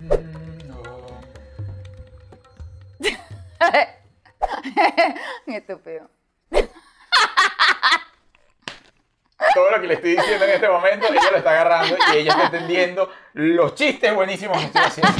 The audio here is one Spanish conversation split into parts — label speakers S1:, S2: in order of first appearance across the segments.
S1: Mm, no.
S2: Estúpido.
S1: Todo lo que le estoy diciendo en este momento, ella lo está agarrando y ella está entendiendo los chistes buenísimos que estoy haciendo.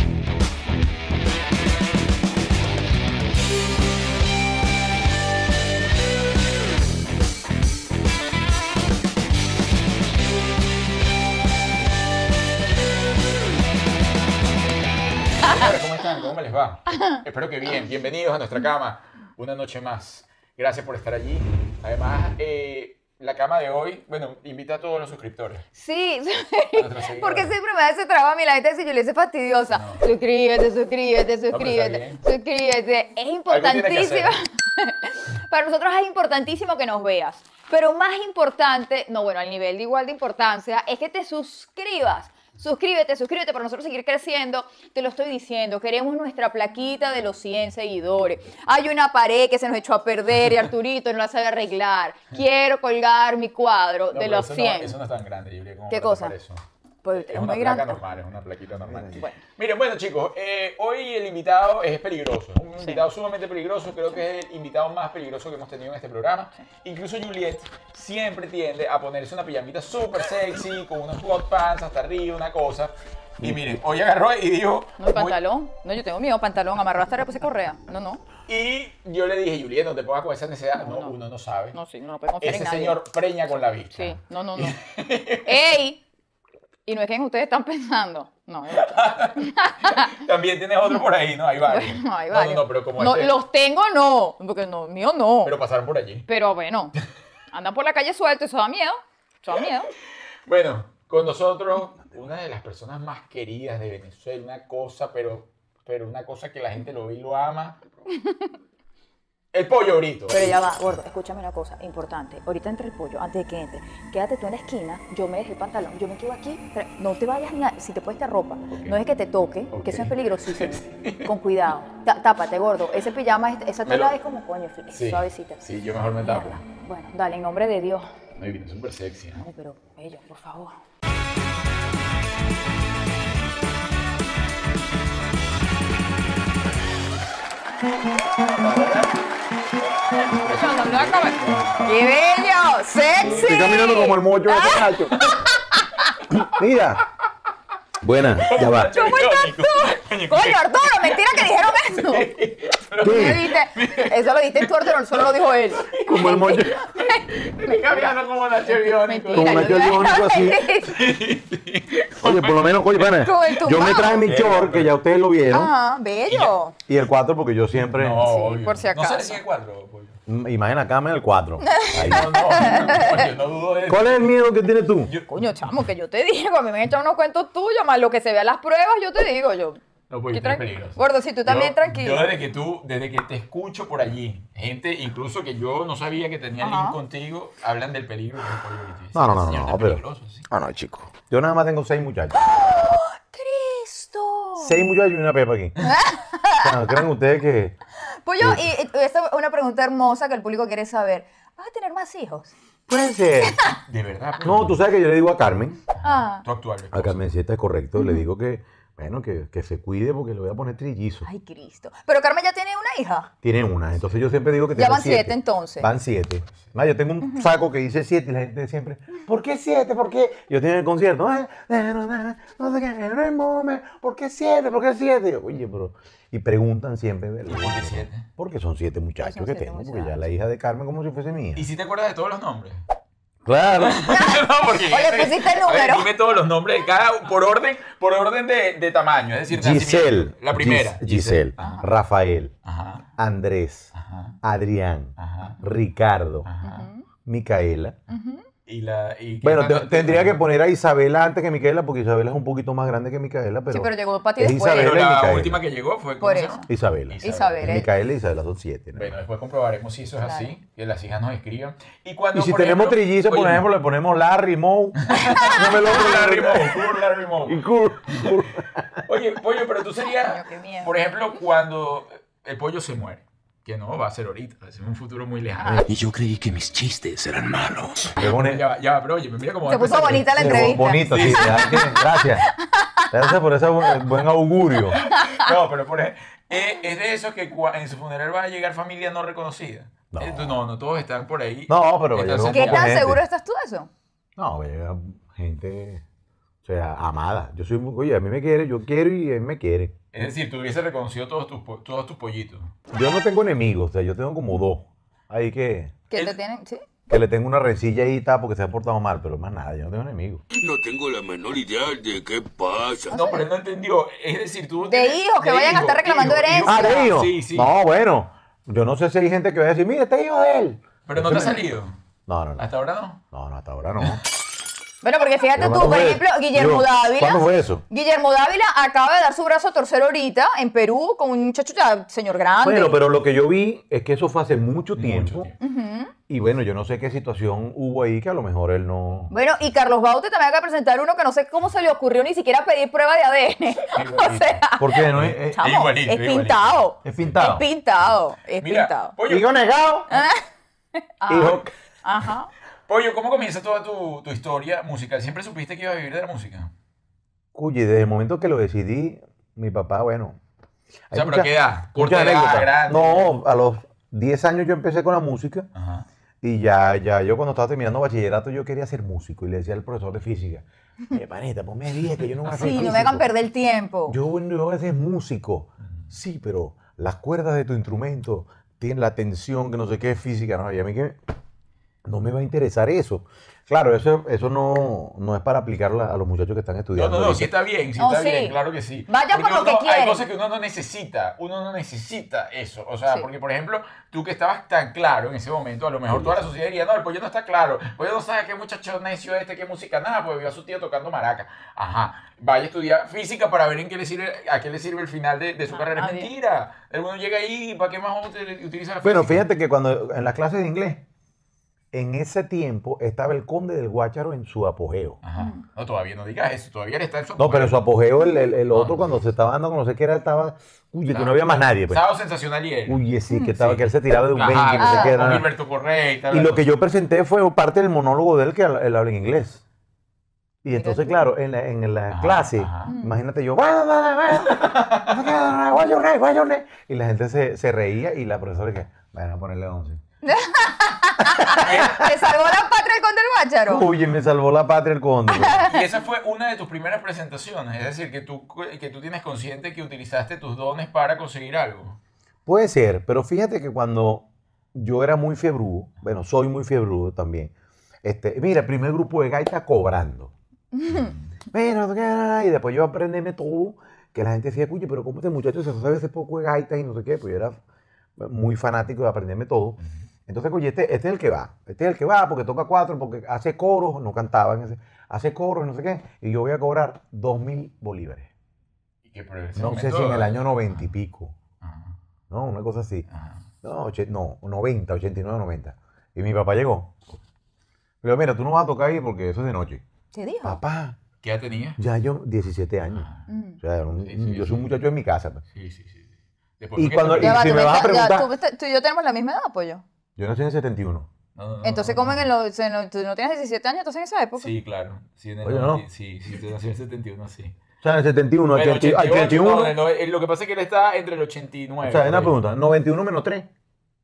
S1: Señores, ¿Cómo están? ¿Cómo les va? Espero que bien. Bienvenidos a nuestra cama. Una noche más. Gracias por estar allí. Además, eh, la cama de hoy, bueno, invita a todos los suscriptores.
S2: Sí,
S1: nuestra seguidora.
S2: porque siempre me da ese trabajo a mí la gente dice, yo le hice fastidiosa.
S1: No.
S2: Suscríbete, suscríbete,
S1: está
S2: suscríbete,
S1: bien.
S2: suscríbete. Es
S1: tiene que hacer.
S2: importantísimo. Para nosotros es importantísimo que nos veas. Pero más importante, no bueno, al nivel de igual de importancia, es que te suscribas. Suscríbete, suscríbete para nosotros seguir creciendo. Te lo estoy diciendo, queremos nuestra plaquita de los 100 seguidores. Hay una pared que se nos echó a perder y Arturito no la sabe arreglar. Quiero colgar mi cuadro
S1: No,
S2: de
S1: pero
S2: los
S1: eso
S2: 100.
S1: No, eso no es tan grande, Julia, como
S2: ¿Qué
S1: para
S2: cosa?
S1: tapar eso.
S2: Pues,
S1: Es una
S2: muy
S1: placa
S2: grande.
S1: normal, es una plaquita normal.
S2: Bueno.
S1: Miren, bueno chicos, eh, hoy el invitado es peligroso, un
S2: Sí.
S1: invitado sumamente peligroso, creo que es el invitado más peligroso que hemos tenido en este programa. Incluso Juliet siempre tiende a ponerse una pijamita súper sexy, con unos hot pants hasta arriba, una cosa. Y miren, hoy agarró y dijo...
S2: No, el
S1: voy-
S2: pantalón. No, yo tengo miedo, pantalón. Amarrado hasta le puse correa. No, no.
S1: Y yo le dije, Juliet, no te pongas con esa necesidad. No,
S2: no.
S1: uno no sabe.
S2: No, sí, no, no puede confiar
S1: Ese
S2: en nadie.
S1: señor Ah. preña con la vista.
S2: Sí, no, no, no. ¡Ey! Y no es que en ustedes están pensando. No, es
S1: Ah,
S2: verdad.
S1: También tienes otro por ahí, ¿no? Hay varios.
S2: no, hay
S1: No,
S2: varios.
S1: No, no, pero como
S2: No,
S1: este-
S2: Los tengo, no. Porque no, mío no.
S1: Pero
S2: Pero,
S1: pasaron por allí.
S2: bueno, andan por la calle suelto, eso da miedo. Eso da miedo.
S1: Bueno, con nosotros, una de las personas más queridas de Venezuela, una cosa, pero, pero una cosa que la gente lo ve y lo ama. El pollo brito.
S2: Pero ya va, gordo, escúchame una cosa importante. Ahorita entra el pollo, antes de que entre, quédate tú en la esquina, yo me dejé el pantalón, yo me quedo aquí, pero no te vayas ni a- si te puedes quitar ropa, no es que te toque,
S1: Ok.
S2: que eso es peligrosísimo. Con cuidado, Ta- tápate, gordo. Ese pijama, es- esa
S1: Me
S2: tela
S1: lo-
S2: es como coño, es
S1: Sí,
S2: suavecita.
S1: sí, yo mejor me
S2: Mierda.
S1: tapo.
S2: Bueno, dale, en nombre de Dios.
S1: Me vino súper sexy. ¿no?
S2: Ay, pero bello, por favor. ¡Qué bello! ¡Sexy!
S3: Estoy caminando como el mocho de
S2: Ah.
S3: Nacho. Mira. Buena, ya va.
S2: ¿Cómo estás
S1: tú?
S2: Coño, Arturo, mentira que dijeron eso. Tú
S3: Sí.
S2: lo dijiste- eso lo dijiste tú, Arturo, solo lo dijo él.
S3: Como el mocho.
S1: Caminando como Nacho Biónico.
S3: Como
S2: yo
S3: Nacho
S2: dije-
S3: Biónico, así. Oye, por lo menos, oye, pana.
S2: Tú, el tumbao.
S3: Yo me traje mi short, que ya ustedes lo vieron.
S2: Ah, bello.
S3: Y el 4, porque yo siempre.
S1: No,
S2: Sí,
S1: obvio.
S2: por si
S1: No
S2: acaso.
S1: sé si el cuatro, pollo.
S3: Mm, Imagina cámara el 4.
S1: No, no, pollo, no dudo de
S3: ¿Cuál es el miedo que tienes tú?
S1: Yo-
S2: Coño, chamo, que yo te digo, a mí me han echado unos cuentos tuyos, más lo que se ve a las pruebas, yo te digo, yo.
S1: No, pollo,
S2: Qué
S1: tú eres
S2: tranqui-
S1: peligroso.
S2: Gordo, sí, tú también
S1: Yo-
S2: tranquilo.
S1: Yo desde que tú, desde que te escucho por allí, gente incluso que yo no sabía que tenía link
S2: Ajá.
S1: contigo, hablan del peligro que es el pollo brito. Y dicen,
S3: No, no, no,
S1: "Señor,
S3: no,
S1: está
S3: pero-
S1: peligroso, sí".
S3: Ah, no, chico. Yo nada más tengo 6 muchachos.
S2: ¡Cristo!
S3: 6 muchachos y una pepa aquí. O sea, ¿Creen ustedes que.?
S2: Pollo, Pues y, y esta es una pregunta hermosa que el público quiere saber. ¿Vas a tener más hijos?
S3: Puede ser.
S1: De verdad.
S3: No, tú sabes que yo le digo a Carmen.
S2: Ah.
S1: Tu actual. pues,
S3: A
S1: esposa.
S3: Carmencita es correcto. Le digo que, bueno, que, que se cuide porque le voy a poner trillizo.
S2: Ay, Cristo. Pero Carmen ya tiene una hija.
S3: Tienen una. Entonces yo siempre digo que
S2: Ya
S3: tengo
S2: van siete, entonces.
S3: Van siete. Más, yo tengo un saco que dice siete y la gente siempre, ¿por qué siete? ¿Por qué? Yo tengo el concierto, "Ah, na, na, na, no sé qué, no hay momento, ¿por qué siete? ¿Por qué siete? Yo, Oye, pero... Y preguntan siempre, ¿verdad?
S1: ¿Por qué siete?
S3: Porque son siete muchachos
S2: Son
S3: que
S2: siete
S3: tengo, porque ya
S2: muchachos.
S3: la hija de Carmen como si fuese mía.
S1: ¿Y si te acuerdas de todos los nombres?
S3: Claro.
S1: no, porque. eh,
S2: O le pues, pusiste el
S1: A ver,
S2: número.
S1: dime todos los nombres de cada, por orden, por orden de, de tamaño. Es decir, nacimiento.
S3: Giselle.
S1: La primera.
S3: Gis- Giselle.
S1: Ajá.
S3: Rafael.
S1: Ajá.
S3: Andrés.
S1: Ajá.
S3: Adrián.
S1: Ajá.
S3: Ricardo.
S1: Ajá.
S3: Micaela.
S1: Y la. y-
S3: Bueno,
S1: ¿qué
S3: te-
S1: tal-
S3: tendría que poner a Isabela antes que Micaela, porque Isabela es un poquito más grande que Micaela, pero.
S2: Sí, pero llegó Pati
S3: es
S2: después.
S3: Isabela
S1: Pero
S3: y
S1: la
S3: Micaela.
S1: última que llegó fue. ¿cómo
S2: Por
S1: se
S2: eso.
S1: llama?
S3: Isabela.
S2: Isabel.
S3: Es Micaela y Isabela son siete. ¿no?
S1: Bueno, después comprobaremos si eso es
S2: Claro.
S1: así, que las hijas nos escriban. Y, cuando,
S3: y si
S1: por
S3: tenemos
S1: ejemplo-
S3: trillizos, por
S1: Oye,
S3: ejemplo, le ponemos Larry Moe. no me lo
S1: Curl Larry Moe, Curl Larry Moe.
S3: Y cool.
S1: Oye, pollo, pero tú serías,
S2: Coño, qué miedo.
S1: por ejemplo, cuando el pollo se muere, que no va a ser ahorita, es en un futuro muy lejano.
S4: Y yo creí que mis chistes eran malos.
S3: Le pone-
S1: Ya va, ya va, pero oye, mira cómo va
S2: Se puso
S1: empezando.
S2: bonita la
S3: Bonito,
S2: entrevista.
S3: sí. ya, sí, Gracias. Gracias por ese buen, buen augurio.
S1: No, pero por ej- eh, es de esos que cua- en su funeral va a llegar familia no reconocida.
S3: No.
S1: Eh, tú- No, no, todos están por ahí.
S3: No, pero va a llegar
S1: Entonces,
S3: un
S2: ¿Qué
S3: poco
S2: tan
S3: gente.
S2: seguro estás tú de eso?
S3: No, va a llegar gente, o sea, amada. Yo soy, muy- oye, a mí me quiere, yo quiero y él me quiere.
S1: Es decir, tú hubieses reconocido todos tus, po- todos tus pollitos.
S3: Yo no tengo enemigos, o sea, yo tengo como dos. Ahí que,
S2: Que
S1: El-
S2: te tienen, ¿sí?
S3: que le tengo una rencilla ahí y tal porque se ha portado mal, pero más nada, yo no tengo enemigos.
S4: No tengo la menor idea de qué pasa.
S1: No, pero él no entendió. Es decir, tú.
S2: De hijos, que vayan a estar reclamando herencia.
S3: Ah, ¿de hijo?
S1: Sí, sí.
S3: No, bueno, yo no sé si hay gente que va a decir, mira, este hijo de él.
S1: Pero no te ha salido.
S3: No, no, no.
S1: Hasta ahora no.
S3: No, no, hasta ahora no.
S2: Bueno, porque fíjate
S3: Pero
S2: tú,
S3: ¿cuándo
S2: por
S3: fue?
S2: ejemplo, Guillermo
S3: Digo,
S2: Dávila.
S3: ¿cuándo fue eso?
S2: Guillermo Dávila acaba de dar su brazo a torcer ahorita en Perú con un muchacho ya señor grande.
S3: Bueno, pero lo que yo vi es que eso fue hace mucho tiempo.
S1: Mucho tiempo.
S3: Y bueno, yo no sé qué situación hubo ahí que a lo mejor él no.
S2: Bueno, y Carlos Baute también acaba de presentar uno que no sé cómo se le ocurrió ni siquiera pedir prueba de ADN. o
S1: bonito.
S2: sea,
S3: Porque no es, es-
S2: eh, chamo,
S1: Igualito,
S2: es
S1: igualito.
S2: pintado.
S3: es pintado.
S2: Es Ah. pintado. Es
S1: Mira,
S2: pintado.
S1: pollo,
S3: negado. Hijo-
S2: Ajá.
S1: pollo, ¿cómo comienza toda tu, tu historia musical? ¿Siempre supiste que ibas a vivir de la música?
S3: Oye, desde el momento que lo decidí, mi papá, bueno.
S1: O sea,
S3: hay
S1: pero
S3: muchas-
S1: ¿qué edad?
S3: muchas
S1: ¿Corta edad?
S3: anécdotas.
S1: ¿Grande?
S3: No, a los 10 años yo empecé con la música.
S1: Ajá.
S3: Y ya, ya, yo cuando estaba terminando bachillerato, yo quería ser músico. Y le decía al profesor de física, eh, panita, ponme 10, que yo no voy a ser
S2: Sí, no
S3: físico.
S2: me hagan perder el tiempo.
S3: Yo no voy a ser músico. Sí, pero las cuerdas de tu instrumento tienen la tensión que no sé qué es física. No, y a mí que no me va a interesar eso. Claro, eso, eso no, no es para aplicarlo a a los muchachos que están
S1: No,
S3: estudiando.
S1: no, no,
S3: ahorita.
S1: sí está bien, sí
S2: No,
S1: está
S2: sí.
S1: bien, claro que sí.
S2: Vaya por lo
S1: uno-
S2: que quiere.
S1: Hay cosas que uno no necesita, uno no necesita eso. O sea,
S2: Sí.
S1: porque por ejemplo, tú que estabas tan claro en ese momento, a lo mejor toda la sociedad diría, no, el pollo no está claro, el pollo no sabe qué muchacho necio este, qué música, nada, pues vio a su tío tocando maraca. Ajá, vaya a estudiar física para ver en qué le sirve, a qué le sirve el final de, de su
S2: Ah,
S1: carrera.
S2: ah,
S1: Es
S2: bien.
S1: mentira. Uno llega ahí y para qué más ut- utiliza la
S3: Bueno,
S1: física?
S3: fíjate que cuando en las clases de inglés, en ese tiempo estaba el conde del Guácharo en su apogeo.
S1: Ajá. No, todavía no digas eso, todavía le está en su
S3: No, pero en su apogeo, el, el- el otro
S1: Ah.
S3: cuando se estaba dando con no sé qué era, estaba. Uy, que
S1: Claro.
S3: no había más nadie. Pues.
S1: Sábado sensacional y él.
S3: Uy, sí, que estaba,
S1: Sí.
S3: que él se tiraba de un 20,
S1: Ajá,
S3: no sé
S2: ah,
S3: qué
S1: con
S3: era.
S1: Gilberto Correa y tal.
S3: Y lo que yo presenté fue parte del monólogo de él que él habla en inglés. Y entonces, claro, en la, en la
S1: Ajá,
S3: clase,
S1: ajá.
S3: imagínate yo, "Bueno, bueno, bueno, guayone, guayone". y la gente se, se reía y la profesora dije, van a ponerle 11.
S2: Te salvó la patria el conde del Bácharo.
S3: Oye, me salvó la patria el conde.
S1: Y esa fue una de tus primeras presentaciones, es decir, que tú, que tú tienes consciente que utilizaste tus dones para conseguir algo.
S3: Puede ser, pero fíjate que cuando yo era muy fiebrudo, bueno, soy muy fiebrudo también. Este, mira, primer grupo de gaita cobrando. Mira, no sé qué, y después yo aprendíme todo, que la gente decía, oye, pero ¿cómo este muchacho se sabe ese poco de gaita y no sé qué? Pues yo era muy fanático de aprenderme todo. Entonces, oye, este, este es el que va, este es el que va porque toca cuatro, porque hace coros, no cantaba, en ese- hace coros, no sé qué, y yo voy a cobrar dos mil bolívares.
S1: Y que, pero en ese
S3: No sé
S1: momento-
S3: si en el año noventa y pico,
S1: Ajá,
S3: ¿no? Una cosa así.
S1: ajá.
S3: No, oche- no, 90, 89, 90. Y mi papá llegó. Le digo, mira, tú no vas a tocar ahí porque eso es de noche.
S2: Te dijo.
S3: Papá,
S1: ¿Qué edad tenía?
S3: ya yo, 17 años.
S2: Mm.
S3: O sea, era un-
S1: Ah. Sí, sí,
S3: yo
S1: sí.
S3: soy un muchacho en mi casa. pues.
S1: Sí, sí, sí. Después
S3: Y
S1: porque-
S3: cuando-
S2: Ya va,
S3: si
S2: tú
S3: me vas a
S2: estás- ya,
S3: preguntar-
S2: tú estás- tú y yo tenemos la misma edad, pollo.
S3: Yo nací en el 71.
S1: No, no, no,
S2: Entonces,
S1: no,
S2: ¿cómo en los, en los- tú no tienes 17 años entonces en esa época?
S1: Sí, claro. Sí, en el
S3: Oye,
S1: 90
S3: ¿no?
S1: Sí, sí, tú nació en el 71, sí.
S3: O sea, en el 71,
S1: Bueno,
S3: 80 ay,
S1: 88, no,
S3: 81.
S1: no, eh, lo que pasa es que él está entre el 89.
S3: o sea, es
S1: por
S3: una
S1: ahí.
S3: pregunta. 91 menos 3.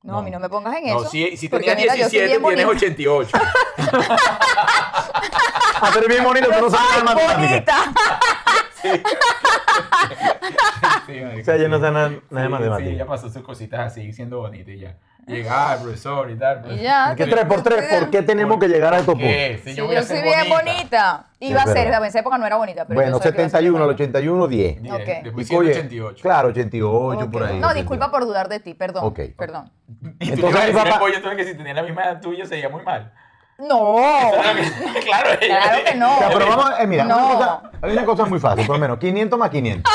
S2: No,
S1: No.
S2: a mí no me pongas en
S1: No,
S2: eso.
S1: si, si
S2: porque
S1: tenías
S2: mira, yo soy
S1: 17,
S2: bien
S1: tienes
S2: bonita.
S1: 88.
S3: Ah, pero es bien bonito, tú no sabes nada de matemáticas.
S2: Bonita.
S1: Sí,
S3: O sea, yo no sé nada, nada de
S1: Sí, Sí, ya
S3: matemáticas.
S1: pasó sus cositas así, siendo bonita y ya. Llega, ah, profesor y tal.
S2: Y ya,
S3: ¿Qué 3 por 3? ¿Por qué tenemos que llegar a estos puntos?
S1: ¿Qué? Si
S2: Sí,
S1: Eh, yo
S2: yo,
S1: voy a
S2: soy
S1: ser
S2: bien bonita. Iba
S3: Es
S2: a ser,
S3: verdad.
S2: en esa época no era bonita. Pero
S3: Bueno,
S2: yo sabía que iba a ser
S3: 71 al
S2: bonita.
S3: 81, 10.
S1: Mira,
S2: Ok.
S1: Después
S3: Oye,
S1: 188.
S3: Claro, 88 por
S2: Ok.
S3: ahí.
S2: No, disculpa por dudar de ti, perdón.
S3: Ok.
S2: Perdón.
S1: Y tú
S3: Entonces,
S1: entonces,
S3: mi papá-
S1: papá... Yo que si tenía la misma edad tuya, se iba muy mal.
S2: No.
S1: claro, ella-
S2: Claro que no.
S3: O sea, pero vamos, eh, mira,
S2: No.
S3: una cosa, hay una cosa muy fácil, por lo menos 500 más 500.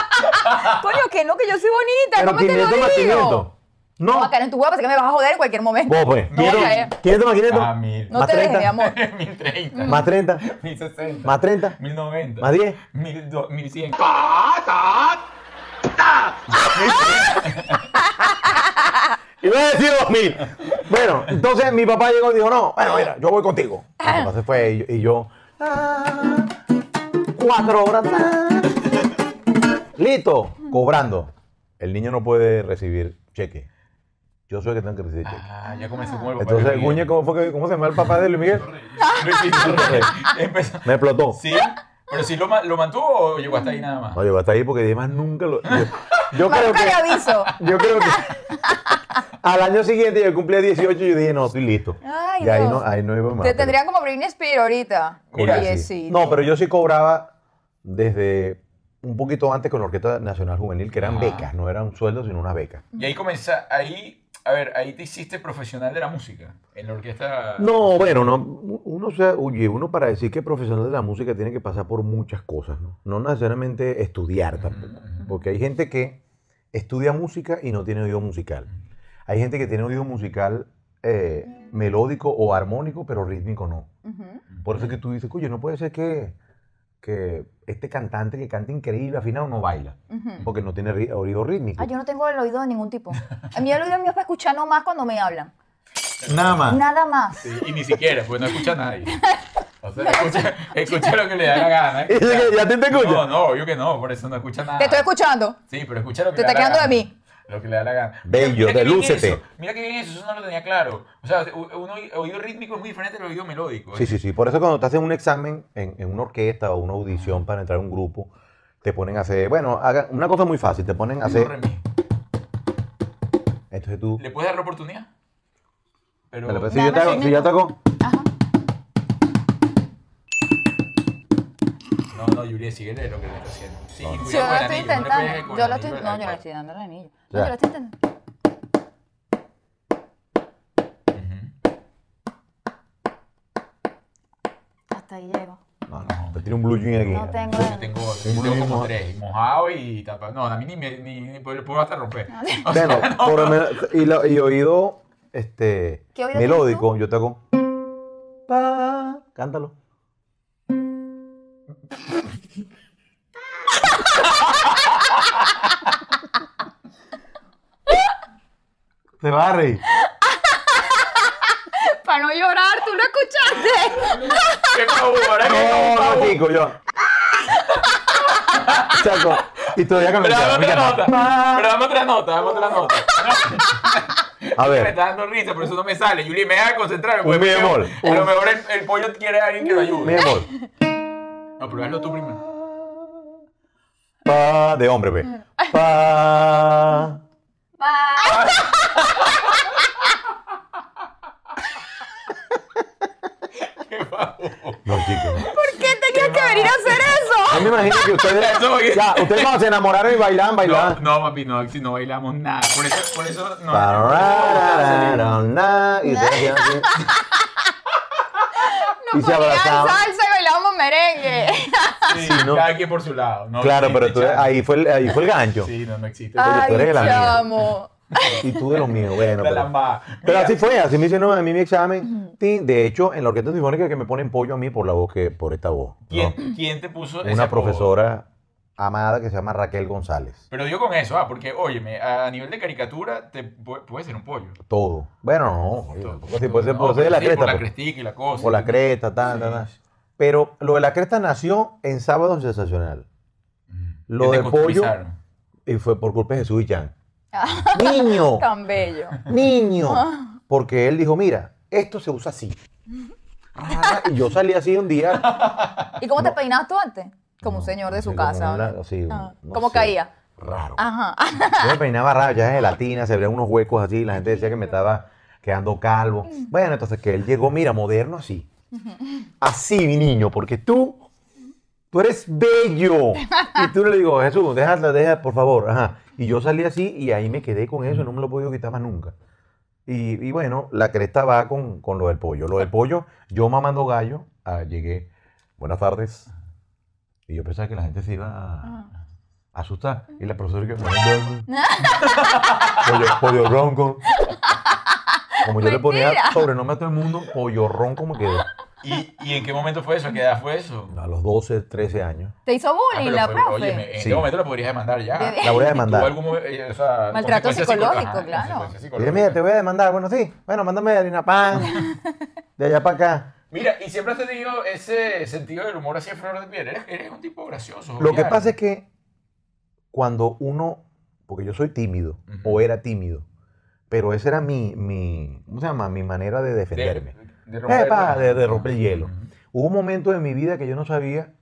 S2: Coño, que no, que yo soy bonita.
S3: Pero
S2: ¿Cómo te
S3: 500
S2: lo
S3: más 500.
S2: digo?
S3: No,
S2: No, Karen, tu huevo, así que me vas a joder en cualquier momento.
S3: vos pues.
S2: No,
S3: 500,
S2: Karen.
S3: 500 más 500.
S1: Ah, mil.
S2: No
S3: más
S2: te dejes,
S3: 30.
S2: mi amor.
S1: 1030.
S3: Más 30,
S1: 1060.
S3: más 30,
S1: 1090.
S3: más 10.
S1: 1000, 1100.
S3: Iba a decir 2000. Bueno, entonces mi papá llegó y dijo, no, bueno, mira, yo voy contigo. Mi papá se fue y, y yo... ah, cuatro horas. Listo, cobrando. El niño no puede recibir cheque. Yo soy el que tengo que recibir cheque.
S1: Ah, ya comenzó con el papá de
S3: Entonces,
S1: Luis
S3: Guñe,
S1: Miguel.
S3: ¿cómo, fue que- ¿cómo se llama el papá de Luis Miguel?
S1: Luisito Rey. Empezó.
S3: Me explotó.
S1: Sí, pero si lo, ma- lo mantuvo o llegó hasta ahí nada más.
S3: No, yo hasta ahí porque además nunca lo. Yo, yo
S2: Más
S3: creo
S2: nunca le
S3: que.
S2: aviso.
S3: Yo creo que. Al año siguiente, yo cumplía 18 y yo dije, no, estoy listo.
S2: Ay,
S3: y ahí
S2: Dios.
S3: no, ahí no iba más.
S2: Te
S3: pero-
S2: tendrían como Britney Spears ahorita.
S1: Mira,
S3: Oye, sí.
S2: Diecito.
S3: No, pero yo sí cobraba desde un poquito antes con la Orquesta Nacional Juvenil, que eran
S1: Ajá.
S3: becas, no era un sueldo, sino una beca.
S1: Y ahí comienza, ahí, a ver, ahí te hiciste profesional de la música. En la orquesta.
S3: No, bueno, no, uno, se- oye, uno para decir que es profesional de la música tiene que pasar por muchas cosas, ¿no? No necesariamente estudiar tampoco, porque hay gente que estudia música y no tiene oído musical. Hay gente que tiene oído musical eh, melódico o armónico, pero rítmico no.
S2: Ujú.
S3: Por eso es que tú dices, oye, no puede ser que, que este cantante que canta increíble afinado no baila,
S2: Ujú.
S3: porque no tiene ri- oído rítmico.
S2: Ay, yo no tengo el oído de ningún tipo. A mí el oído mío es para escuchar nomás cuando me hablan.
S3: Nada más.
S2: Nada más.
S1: Sí, y ni siquiera, porque no escucha a nadie. O sea, escucha, escucha lo que le da la gana.
S3: Y dice que, ¿Ya te, te escucha?
S1: No, no, yo que no, por eso no escucha
S3: Ah.
S1: nada.
S2: Te estoy escuchando.
S1: Sí, pero escucha lo que
S2: Te
S1: le
S2: está
S1: da la
S2: quedando de
S1: gana.
S2: mí.
S1: Lo que le da la gana.
S3: Bello,
S1: que bien
S3: delúcete.
S1: eso, Mira que bien eso, eso no lo tenía claro. O sea, un oí- oído rítmico es muy diferente al oído melódico.
S3: Sí, sí, sí. Por eso cuando te hacen un examen en, en una orquesta o una audición para entrar a un grupo, te ponen a hacer, bueno, haga una cosa muy fácil, te ponen a
S1: Hace-
S3: hacer, entonces tú,
S1: ¿Le puedes dar la oportunidad? Pero,
S3: Pero, pues, si,
S2: Dame
S3: yo te hago,
S2: un
S3: si yo te hago-
S2: Ajá.
S1: No, no, Julia, síguele lo que le está haciendo. Sí, cuidado
S2: Sí, yo
S1: con
S2: lo
S1: el
S2: estoy
S1: anillo, no le pegues
S2: intentando.
S1: con
S2: Yo
S1: el
S2: lo
S1: anillo eh,
S2: estoy. No, yo
S1: al
S2: no le
S1: cuadro.
S2: estoy dando el anillo.
S3: Ya.
S2: No, yo lo estoy intentando. Hasta ahí llego.
S3: No, no, te tiene un blue jean aquí.
S2: No tengo.
S1: Yo tengo, yo tengo como tres, mojado y tapado. No, a mí ni me ni, ni puedo puedo hasta romper. O sea,
S3: Bueno, por lo menos- y, la- y oído, este,
S2: ¿Qué oído
S3: melódico, yo te hago, pa, cántalo. Te vas a reír.
S2: Para no llorar, tú lo escuchaste.
S1: qué pavo, ¿verdad? Qué
S3: No,
S1: pavo.
S3: no, chico, yo. Chaco. Y todavía con el
S1: Pero dame otra
S3: tema.
S1: nota. Pero dame otra nota, dame otra nota.
S3: A
S1: Me
S3: ver,
S1: está dando risa, por eso no me sale. Juli, me deja concentrar.
S3: Un
S1: porque
S3: mi bemol.
S1: A lo mejor el, el pollo quiere a alguien que lo
S3: mi
S1: ayude.
S3: amor.
S1: No, pero hazlo tú primero.
S3: Pa de hombre, ve. Pa.
S2: Bye.
S1: Qué pavo.
S3: No, chicos.
S2: ¿Por qué tenías que venir a hacer eso?
S3: Yo me imagino que ustedes.
S1: Eso, porque-
S3: Ya, ustedes cuando se enamoraron y bailaban,
S1: No,
S3: bailaban.
S1: no, papi, no, si no bailamos nada. Por eso, por eso no.
S3: Pararararararana, Y ustedes hacían así. Y se
S2: Ponían
S3: abrazaban.
S2: salsa y bailábamos merengue.
S1: Sí,
S3: no.
S1: Cada quien por su lado. No
S3: Claro,
S1: existe,
S3: pero tú,
S1: chamo.
S3: ahí, fue el, ahí fue el gancho.
S1: Sí, no, no existe.
S3: Ah, tú eres
S2: Ay,
S3: de la mía.
S2: chamo.
S3: Y tú de los míos. Bueno,
S1: La
S3: pero.
S1: lambada.
S3: Pero
S1: Mira,
S3: así fue, así me hicieron a mí mi examen. Ti, De hecho, en la orquesta sinfónica que me ponen pollo a mí por la voz que, por esta voz. ¿no?
S1: ¿quién, quién te puso ese
S3: Una
S1: apodo?
S3: profesora amada que se llama Raquel González.
S1: Pero digo con eso, ah, porque, óyeme, a a nivel de caricatura, te pu- puede ser un pollo.
S3: Todo. Bueno, no, oye,
S1: Todo.
S3: tampoco así puede ser por
S1: No,
S3: ser de la
S1: sí,
S3: cresta.
S1: Por la
S3: pues.
S1: crestica y la cosa.
S3: Por la cresta, tal, tal, tal. Pero lo de la cresta nació en Sábado Sensacional.
S1: Mm.
S3: Lo
S1: Que te
S3: de pollo
S1: costumizaron.
S3: y fue por culpa de Jesús y Chan.
S2: Ah,
S3: ¡Niño!
S2: Tan bello.
S3: niño. Porque él dijo, mira, esto se usa así. Ah, y yo salí así un día.
S2: ¿Y cómo te peinabas tú antes? Como un
S3: No,
S2: señor de
S3: no
S2: su
S3: sé, como
S2: casa.
S3: una-
S2: ¿no?
S3: sí,
S2: Ah,
S3: no
S2: ¿Cómo
S3: sé.
S2: caía?
S3: Raro.
S2: Ajá.
S3: Yo me peinaba raro, ya de gelatina, se veían unos huecos así, la gente decía que me estaba quedando calvo. Bueno, entonces que él llegó, mira, moderno así. Así, mi niño, porque tú, tú eres bello. Y tú le digo, Jesús, déjala, déjala, por favor. Ajá. Y yo salí así y ahí me quedé con eso, no me lo he podido quitar más nunca. Y, y bueno, la cresta va con, con lo del pollo. Lo del pollo, yo mamando gallo, ah, llegué, buenas tardes. Y yo pensaba que la gente se iba a asustar. Y la profesora que... pollo, pollo ronco. Como yo le ponía
S2: Mentira.
S3: sobrenombre a todo el mundo, pollo ronco me quedó.
S1: ¿Y, ¿Y en qué momento fue eso? ¿A ¿Qué edad fue eso?
S3: A los 12, 13 años.
S2: ¿Te hizo
S1: Ah,
S2: bullying
S1: pero
S2: la
S1: fue-
S2: profe?
S1: óyeme, en
S3: Sí.
S1: este momento la podrías demandar ya.
S2: De-
S3: La voy a
S1: Tuvo
S3: demandar.
S1: algún mo- eh, o sea,
S2: Maltrato
S1: consecuencias
S2: psicológico,
S1: psicológicas.
S2: claro.
S1: consecuencias
S3: Dije, mira,
S1: psicológicas.
S3: te voy a demandar. Bueno, sí. Bueno, mándame harina pan. De allá para acá.
S1: Mira, y siempre has tenido ese sentido del humor así a flor de piel. Eres, eres un tipo gracioso.
S3: Lo que pasa es que cuando uno, porque yo soy tímido,
S1: Ujú.
S3: o era tímido, pero esa era mi, mi, ¿cómo se llama? Mi manera de defenderme.
S1: De
S3: Epa, de- de romper el hielo.
S1: Ujú.
S3: Hubo un momento en mi vida que yo no sabía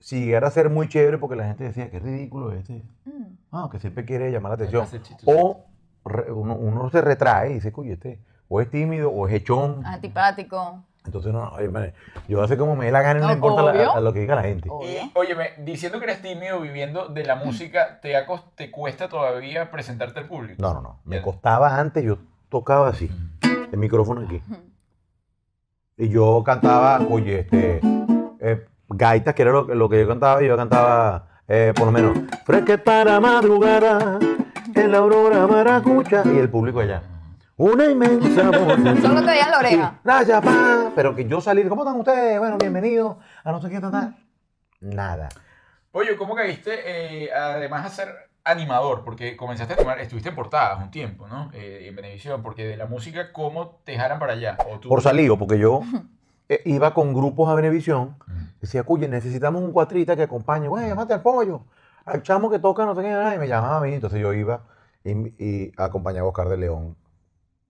S3: si llegara a ser muy chévere porque la gente decía, qué ridículo es este.
S2: Mm.
S3: Ah, que siempre quiere llamar la atención.
S1: Hace chistes.
S3: O re- uno, uno se retrae y dice, oye, este o es tímido o es hechón.
S2: Ah, Antipático.
S3: Entonces, no, oye, man, yo hace como me dé la gana y
S2: No,
S3: no, me importa la-
S2: obvio.
S3: a- a lo que diga la gente.
S1: Y,
S2: Obvio.
S1: óyeme, diciendo que eres tímido viviendo de la música, ¿te, ha cos- te cuesta todavía presentarte al público?
S3: No, no, no. Me
S1: Ya.
S3: costaba antes, yo tocaba así, el micrófono aquí. Y yo cantaba, oye, este, eh, gaitas, que era lo, lo que yo cantaba, y yo cantaba, eh, por lo menos, fresque para madrugada, en la aurora maracucha, y el público allá. Una inmensa voz.
S2: Solo te veía la oreja.
S3: Gracias, pa. Pero que yo salir, ¿cómo están ustedes? Bueno, bienvenidos a no sé qué tratar. Nada.
S1: Oye, ¿cómo caíste eh, además a ser animador? Porque comenzaste a animar, estuviste en portadas un tiempo, ¿no? Eh, en Benevisión, porque de la música, ¿cómo te jalan para allá? O tú-
S3: Por salido, porque yo eh, iba con grupos a Benevisión,
S1: Mm.
S3: decía, cuye, necesitamos un cuatrita que acompañe, güey, llámate al pollo, al chamo que toca, no sé qué, y me llamaba a mí. Entonces yo iba y, y acompañaba a Oscar de León,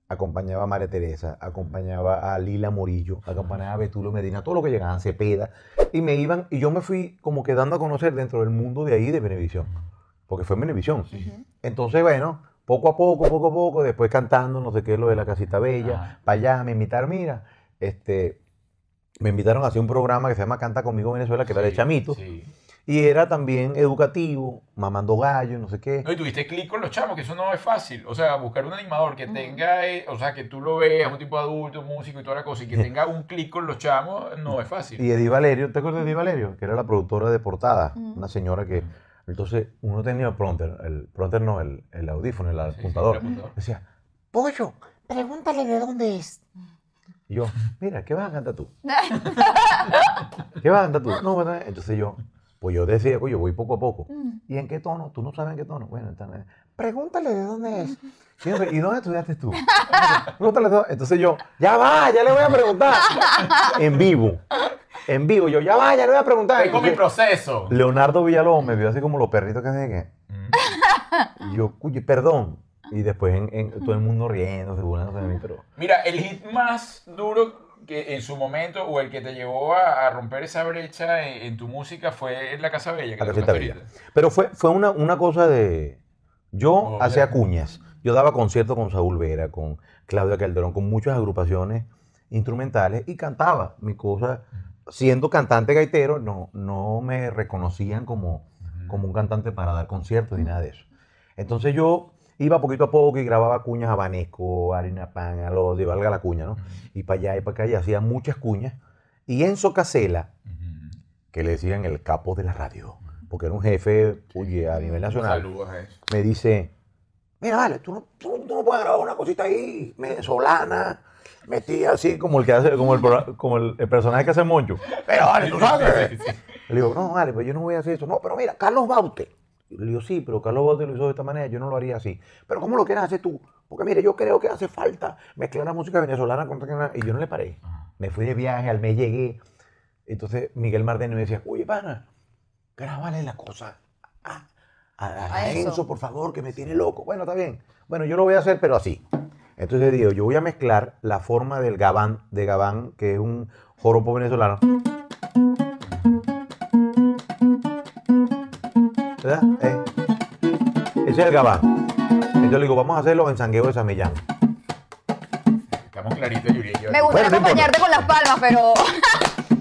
S3: acompañaba a María Teresa, acompañaba a Lila Morillo, acompañaba a Betulo Medina, todo lo que llegaban, Cepeda, y me iban, y yo me fui como que dando a conocer dentro del mundo de ahí de Benevisión, porque fue en Benevisión. Entonces, bueno, poco a poco, poco a poco, después cantando, no sé qué, lo de la casita bella,
S1: Ajá.
S3: para allá, me invitaron, mira, este, me invitaron a hacer un programa que se llama Canta conmigo Venezuela, que era de
S1: Sí,
S3: chamito,
S1: sí.
S3: y era también educativo, mamando gallo, no sé qué.
S1: No, y tuviste clic con los chamos, que eso no es fácil. O sea, buscar un animador que tenga, eh, o sea, que tú lo veas, un tipo adulto, músico y toda la cosa, y que tenga un clic con los chamos, no es fácil.
S3: Y Eddie Valerio, ¿te acuerdas de Eddie Valerio? Que era la productora de portada,
S2: Ujú.
S3: una señora que... Entonces, uno tenía el pronter, el pronter no, el, el audífono, el
S1: sí,
S3: apuntador.
S1: el apuntador.
S3: Decía,
S5: Pollo, pregúntale de dónde es.
S3: y yo, mira, ¿qué vas a cantar tú?
S2: Mm.
S3: ¿Qué vas a cantar tú? No, ¿verdad? Entonces yo, pues yo decía, oye, voy poco a poco. ¿Y en qué tono? ¿Tú no sabes en qué tono? Bueno, entonces,
S5: Pregúntale de dónde es.
S3: siempre, ¿y dónde estudiaste tú? Pregúntale todo. Entonces yo, ya va, ya le voy a preguntar. En vivo. En vivo, yo, ya va, ya le voy a preguntar.
S1: Tengo mi proceso.
S3: Leonardo Villalobos me vio así como los perritos que se que.
S1: Mm.
S3: Y yo, oye, perdón. Y después en, en- todo el mundo riendo, burlándose de mí, pero.
S1: Mira, el hit más duro que en su momento o el que te llevó a, a romper esa brecha en, en tu música fue en La Casa Bella. Que
S3: La
S1: te
S3: casita
S1: tocaste
S3: bella.
S1: ahorita.
S3: Pero fue, fue una, una cosa de. Yo
S1: Oh,
S3: hacía
S1: claro.
S3: cuñas. Yo daba conciertos con Saúl Vera, con Claudia Calderón, con muchas agrupaciones instrumentales y cantaba mi cosa. Siendo cantante gaitero, no, no me reconocían como,
S1: Mm,
S3: como un cantante para dar conciertos ni nada de eso. Entonces yo iba poquito a poco y grababa cuñas a Vanesco, a Harina Pan, a los de Valga la Cuña, ¿no? Y para allá y para acá y hacía muchas cuñas. Y Enzo Casela,
S1: Ujú.
S3: que le decían el capo de la radio, porque era un jefe, oye, a nivel
S1: mm.
S3: nacional,
S1: Saludos a eso.
S3: me dice, mira, vale, tú no, tú- tú no puedes grabar una cosita ahí, venezolana, metida así, como el que hace, como el, pro- como el, el personaje que hace Moncho. Pero vale, tú sabes. Le digo, no, vale, pues yo no voy a hacer eso. No, pero mira, Carlos Baute. Le digo, sí, pero Carlos Baute lo hizo de esta manera, yo no lo haría así. Pero ¿cómo lo quieres hacer tú? Porque mire, yo creo que hace falta mezclar la música venezolana con... Y yo no le paré. Me fui de viaje, al mes llegué. Entonces Miguel Martínez me decía, oye, pana, grábale la cosa a, a- a
S2: A eso.
S3: Enzo, por favor, que me tiene loco. Bueno, está bien. Bueno, yo lo voy a hacer, pero así. Entonces digo, yo voy a mezclar la forma del gabán, de gabán, que es un joropo venezolano. ¿Verdad? Eh, Ese es el gabán. Entonces le digo, vamos a hacerlo en Sangueo de San Millán.
S1: Estamos claritos, Yuri. y yo.
S2: Me gustaría
S3: Bueno, no
S2: acompañarte con las palmas, pero.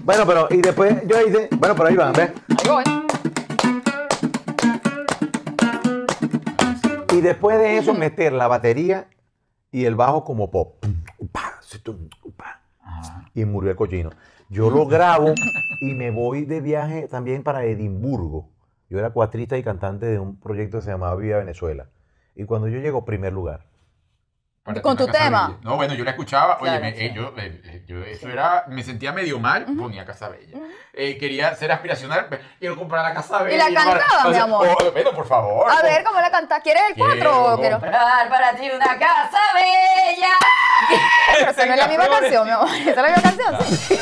S3: Bueno, pero, y después yo hice, bueno, pero ahí van, ¿ves?
S2: Ahí voy.
S3: Y después de eso, meter la batería y el bajo como pop. Pa, si, tum, pa. Y murió el cochino. Yo lo grabo y me voy de viaje también para Edimburgo. Yo era cuatrista y cantante de un proyecto que se llamaba Viva Venezuela. Y cuando yo llego, primer lugar.
S1: para
S2: Con
S1: ti,
S2: tu
S1: Casa
S2: tema.
S1: Bella. No, bueno, yo la escuchaba, oye,
S2: Claro,
S1: me,
S2: sí.
S1: eh, yo, eh, eh, yo eso era, me sentía medio mal, ponía Casa Bella. Eh, quería ser aspiracional, pe- quiero comprar la Casa Bella.
S2: la cantaba, mi amor?
S1: oh, bueno, por favor.
S2: A
S1: por-
S2: ver, ¿cómo la canta? ¿Quieres el
S1: Quiero
S2: 4 o quiero?
S1: comprar-
S6: Comprar para ti una casa bella.
S2: Pero esa no es la misma
S1: Señores.
S2: canción, mi amor. Esa es la misma
S3: Ah,
S2: canción, sí.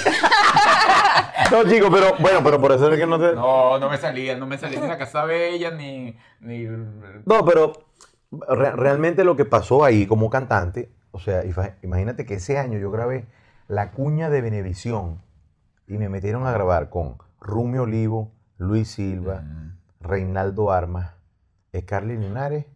S3: No, chicos, pero bueno, pero por eso es que no te. No,
S1: pues. No, no me salía, no me salía ni la Casa Bella, ni... ni
S3: pero re- realmente lo que pasó ahí como cantante, o sea, ifa- imagínate que ese año yo grabé La Cuña de Benevisión y me metieron a grabar con Rumi Olivo, Luis Silva, Reinaldo Armas, Scarlett Linares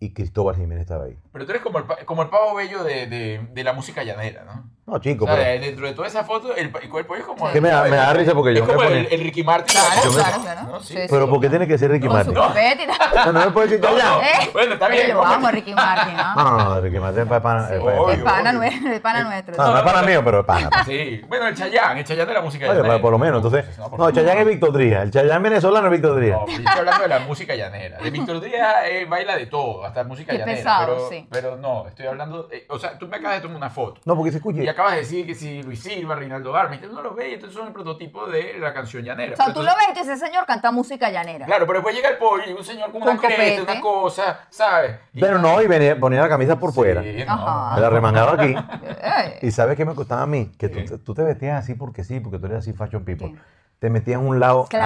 S3: y Cristóbal Jiménez estaba ahí.
S1: Pero tú eres como el, pa- como el pavo bello de, de, de la música llanera, ¿no?
S3: No, chicos,
S1: o sea,
S3: pero.
S1: dentro de toda esa foto, el, pa- el cuerpo es como.
S3: Que me da- me da risa porque
S1: es
S3: Pues yo me
S1: como
S3: ponía-
S1: el, el Ricky Martin.
S2: Claro,
S1: Yo me-
S2: claro, claro.
S1: ¿no? Sí.
S2: Sí,
S3: Pero ¿por qué tiene que ser Ricky
S2: Con su
S3: Martin? No,
S2: copete y tal.
S3: no me puedes decir
S1: No, no.
S3: ya.
S2: ¿Eh?
S1: Bueno, está bien.
S2: Oye, Lo
S1: ¿no?
S2: amo, Ricky Martin, ¿no?
S3: No, no, no, Ricky Martin es para pana. es para-
S1: Obvio.
S2: Es pana,
S1: obvio.
S2: nuestro, es
S1: Ah.
S2: pana nuestro.
S3: No, no es para mío, pero es pana.
S1: Sí. Bueno, el Chayanne, el Chayanne de la música
S3: Oye,
S1: llanera.
S3: pero por lo menos, entonces.
S1: por
S3: No,
S1: favor.
S3: Chayán es Víctor Díaz. El Chayán venezolano es Víctor Díaz.
S1: No, yo estoy hablando de la música llanera. De Víctor Díaz eh, baila de todo, hasta música
S2: Qué
S1: llanera.
S2: pesado,
S1: pero,
S2: sí.
S1: pero no, estoy hablando. eh, o sea, tú me acabas de tomar una foto.
S3: No, porque se escucha.
S1: Y acabas de decir que si Luis Silva, Reinaldo Armas, tú no los ves, entonces son el prototipo de la canción llanera.
S2: O sea,
S1: Pero
S2: tú
S1: entonces-
S2: lo ves y tú dices, ese señor canta música llanera.
S1: Claro, pero después llega el pollo y un señor con, una
S2: Con
S1: cresta,
S2: copete.
S1: una cosa, ¿sabes? Y-
S3: Pero no, y venía- ponía la camisa por
S1: Sí,
S3: fuera. Me
S1: no.
S2: Ajá.
S3: la remangaba aquí.
S2: Eh,
S3: Y sabes qué me costaba a mí? Que
S1: ¿Qué?
S3: tú, tú te vestías así porque sí, porque tú eres así fashion people.
S2: ¿Qué?
S3: Te metías un lado aquí y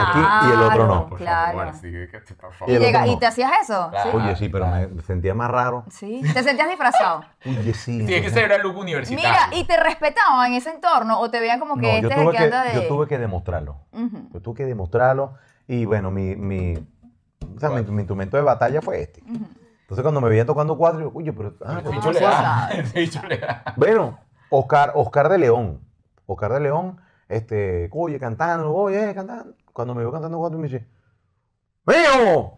S3: el
S2: Claro.
S3: otro no.
S1: Por
S2: Claro.
S1: favor, sí, que- por favor.
S3: Y
S2: Y,
S3: el otro
S2: llega-
S3: no.
S2: y te hacías eso.
S1: Claro.
S3: Oye, sí, pero me sentía más raro.
S2: Sí. ¿Te sentías disfrazado?
S3: Oye, sí.
S1: Tiene que
S3: entonces-
S1: ser el look
S2: Mira,
S1: universitario.
S2: y te respetaban en ese entorno o te veían como que
S3: No, yo
S2: este es el
S3: tuve
S2: que,
S3: que,
S2: anda de.
S3: yo tuve que demostrarlo.
S2: Ujú.
S3: Yo tuve que demostrarlo. Y bueno, mi, mi, o sea, mi, mi instrumento de batalla fue este. Entonces cuando me veían tocando cuatro, yo, oye, pero... ah,
S1: El
S3: pero-
S1: bicho le da. El bicho le da.
S3: Bueno, Oscar, Oscar de León. Oscar de León, este, oye, cantando, oye, eh, cantando. Cuando me vio cantando cuatro, me dice, ¡Mío!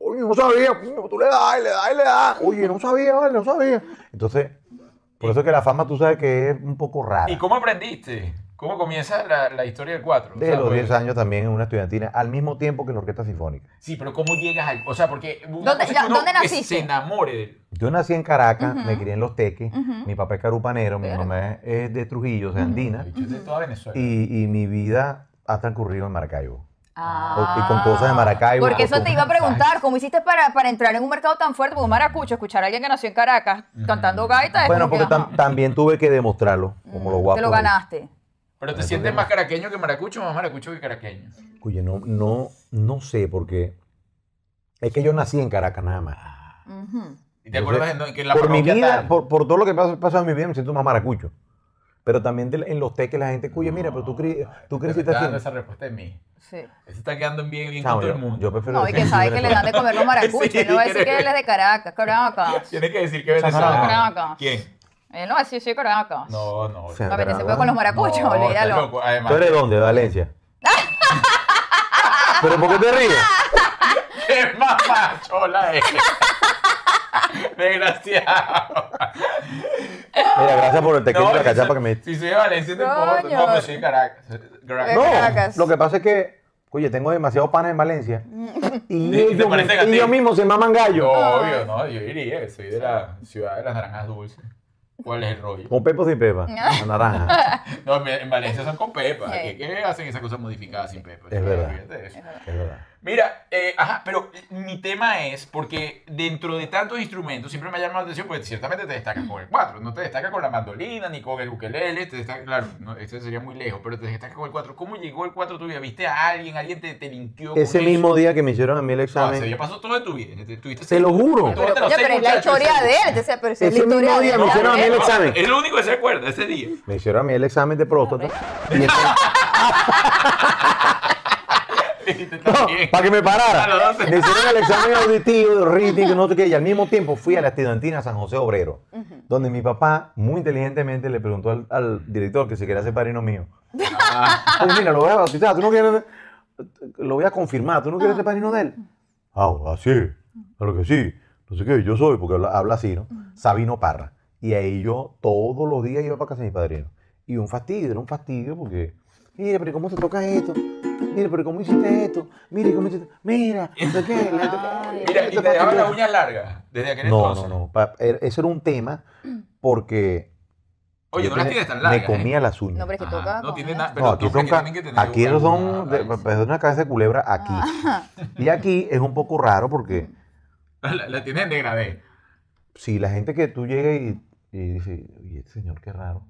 S3: Oye, no sabía, coño, tú le das, le das, le das. Oye, no sabía, vale, no sabía. Entonces, por eso es que la fama tú sabes que es un poco rara.
S1: ¿Y cómo aprendiste? ¿Cómo comienza la, la historia del 4?
S3: Desde los 10 años también en una estudiantina, al mismo tiempo que la orquesta sinfónica.
S1: Sí, pero ¿cómo llegas al.? O sea, porque. una
S2: ¿Dónde-
S1: cosa es que
S2: ya,
S1: uno
S2: ¿dónde
S1: que
S2: naciste?
S1: se enamore de él.
S3: Yo nací en Caracas, me
S2: Ujú.
S3: crié en Los Teques,
S2: Ujú.
S3: mi papá es carupanero, mi
S2: Claro.
S3: mamá es- es de Trujillo, o sea, andina,
S1: Yo
S2: Mm.
S1: de toda Venezuela.
S3: y, y mi vida ha transcurrido en Maracaibo.
S2: Ah.
S3: y con cosas de Maracaibo,
S2: Porque
S3: con
S2: eso
S3: cosas
S2: te iba a
S3: de Maracaibo.
S2: preguntar, ¿cómo hiciste para, para entrar en un mercado tan fuerte? Porque un maracucho, escuchar a alguien que nació en Caracas cantando gaita es
S3: Bueno,
S2: como que,
S3: porque tam-
S2: ajá,
S3: también tuve que demostrarlo, como los guapos.
S2: Mm, te lo
S3: ahí.
S2: ganaste.
S1: pero te sientes más caraqueño que maracucho o más maracucho que caraqueño.
S3: Oye, no, no, no sé, porque es que yo nací en Caracas nada más.
S2: Ujú.
S1: ¿Y te
S3: Yo
S1: acuerdas
S3: sé-
S1: en, dónde- que en la
S3: por mi
S1: parroquia
S3: vida,
S1: tal?
S3: por, por todo lo que pasa- pasa en mi vida, me siento más maracucho. Pero también de- en los teques la gente, oye, mira, pero tú, cre- tú
S1: Te
S3: creciste
S1: está
S3: así.
S1: dando esa respuesta en mí.
S2: Sí.
S1: Se está quedando bien, bien
S3: Chamo,
S1: con todo
S3: yo,
S1: el mundo.
S3: yo prefiero
S2: No, y
S3: decir
S2: que
S3: soy
S2: sabe que le dan de comer los maracuchos.
S1: Sí,
S2: y no va a decir
S1: creo
S2: que
S1: que-
S2: él es de Caracas, Caracas.
S1: Tiene que decir que
S3: no,
S1: Venezuela.
S2: Caracas.
S1: ¿Quién?
S2: Él no va a decir, soy Caracas.
S1: No, no.
S3: Sí.
S2: Papi, que se fue
S3: Caracas.
S2: con los maracuchos,
S1: No, estás
S2: olvídalo.
S1: loco. Además,
S3: ¿Tú eres de dónde? De Valencia. ¿Pero por qué te ríes?
S1: ¡Qué mamachola es! Desgraciado.
S3: Mira, gracias por el tequila
S1: No,
S3: y la
S1: si-
S3: cachapa que me diste.
S1: Si soy de Valencia, no importa.
S2: Coño.
S1: No, pero soy de Caracas. Caracas.
S3: No,
S2: Caracas.
S3: lo que pasa es que, oye, tengo demasiado panes en Valencia. Y,
S1: ¿Te
S3: ellos,
S1: parecen a
S3: y
S1: ti?
S3: ellos mismos se maman gallo.
S1: Yo, obvio, no, yo diría que soy de la ciudad de las naranjas dulces. ¿Cuál es el rollo?
S3: Con pepo sin pepa. La naranja.
S1: No, en- en Valencia son con pepa.
S2: Sí.
S1: ¿Qué, qué hacen esas cosas modificadas sin pepa?
S3: Es verdad.
S1: Olvídate de eso.
S3: Es verdad.
S1: Mira, eh, ajá, pero mi tema es porque dentro de tantos instrumentos siempre me ha llamado la atención, porque ciertamente te destacas
S3: Mm.
S1: con el 4, no te destacas con la mandolina ni con el ukelele, te destacas, claro, no, este sería muy lejos, pero te destacas con el 4. ¿Cómo llegó el 4 tu vida? ¿Viste a alguien? ¿Alguien te, te linkeó? con
S3: Ese
S1: eso?
S3: mismo día que me hicieron a mí el
S1: No, ese
S3: examen,
S1: día pasó todo en tu vida. Te, tuviste
S3: te lo juro.
S2: Pero,
S1: Pero-
S2: coño, pero es la
S1: muchacho,
S2: historia
S1: ese-
S2: de él. entonces, pero esa es la
S3: Ese mismo
S2: historia de
S3: día
S2: él.
S3: me hicieron a mí el examen.
S1: Es lo único que se acuerda ese día.
S3: Me hicieron a mí el examen de próstata. Y entonces-
S1: Dijiste,
S3: No,
S1: "Está bien".
S3: para que me
S1: A los
S3: parara.
S1: doce.
S3: Me hicieron el examen auditivo, rítico, no sé qué. Y al mismo tiempo fui a la estudiantina San José Obrero, donde mi papá muy inteligentemente le preguntó al, al director que si quería ser padrino mío. Oye, mira, lo voy a bautizar, tú no quieres... Lo voy a confirmar, ¿tú no quieres ser padrino de él? Ah, así, claro que sí. No sé qué, yo soy, porque habla, habla así, ¿no? Sabino Parra. Y ahí yo todos los días iba para casa de mi padrino. Y un fastidio, era un fastidio porque, mira, pero ¿cómo se toca esto? Mira, pero ¿cómo hiciste esto? Mira, ¿cómo hiciste Mira, no sé qué. la- Este
S1: Mira, y te dejaba las uñas largas. Desde aquel
S3: No, no,
S1: entonces.
S3: no. pa- era- Eso era un tema
S2: Mm.
S3: porque.
S1: Oye,
S3: yo
S1: no las
S3: tenía-
S1: tienes tan
S3: Me
S1: largas. ¿eh?
S3: comía las uñas.
S2: No, ¿eh? pero es que
S1: Ajá,
S2: toca.
S1: no tiene
S2: comer.
S1: nada-
S3: No,
S1: pero
S3: aquí
S1: toca
S3: son,
S1: que
S3: ca-
S1: tienen que tener
S3: aquí
S1: una-
S3: son de-
S1: una-
S3: pues, una cabeza de culebra aquí.
S2: Ah, Mm.
S3: Y aquí es un poco raro porque pues,
S1: La, la tienen de grave.
S3: si la gente que tú llegas y, y dices, oye, este señor qué raro,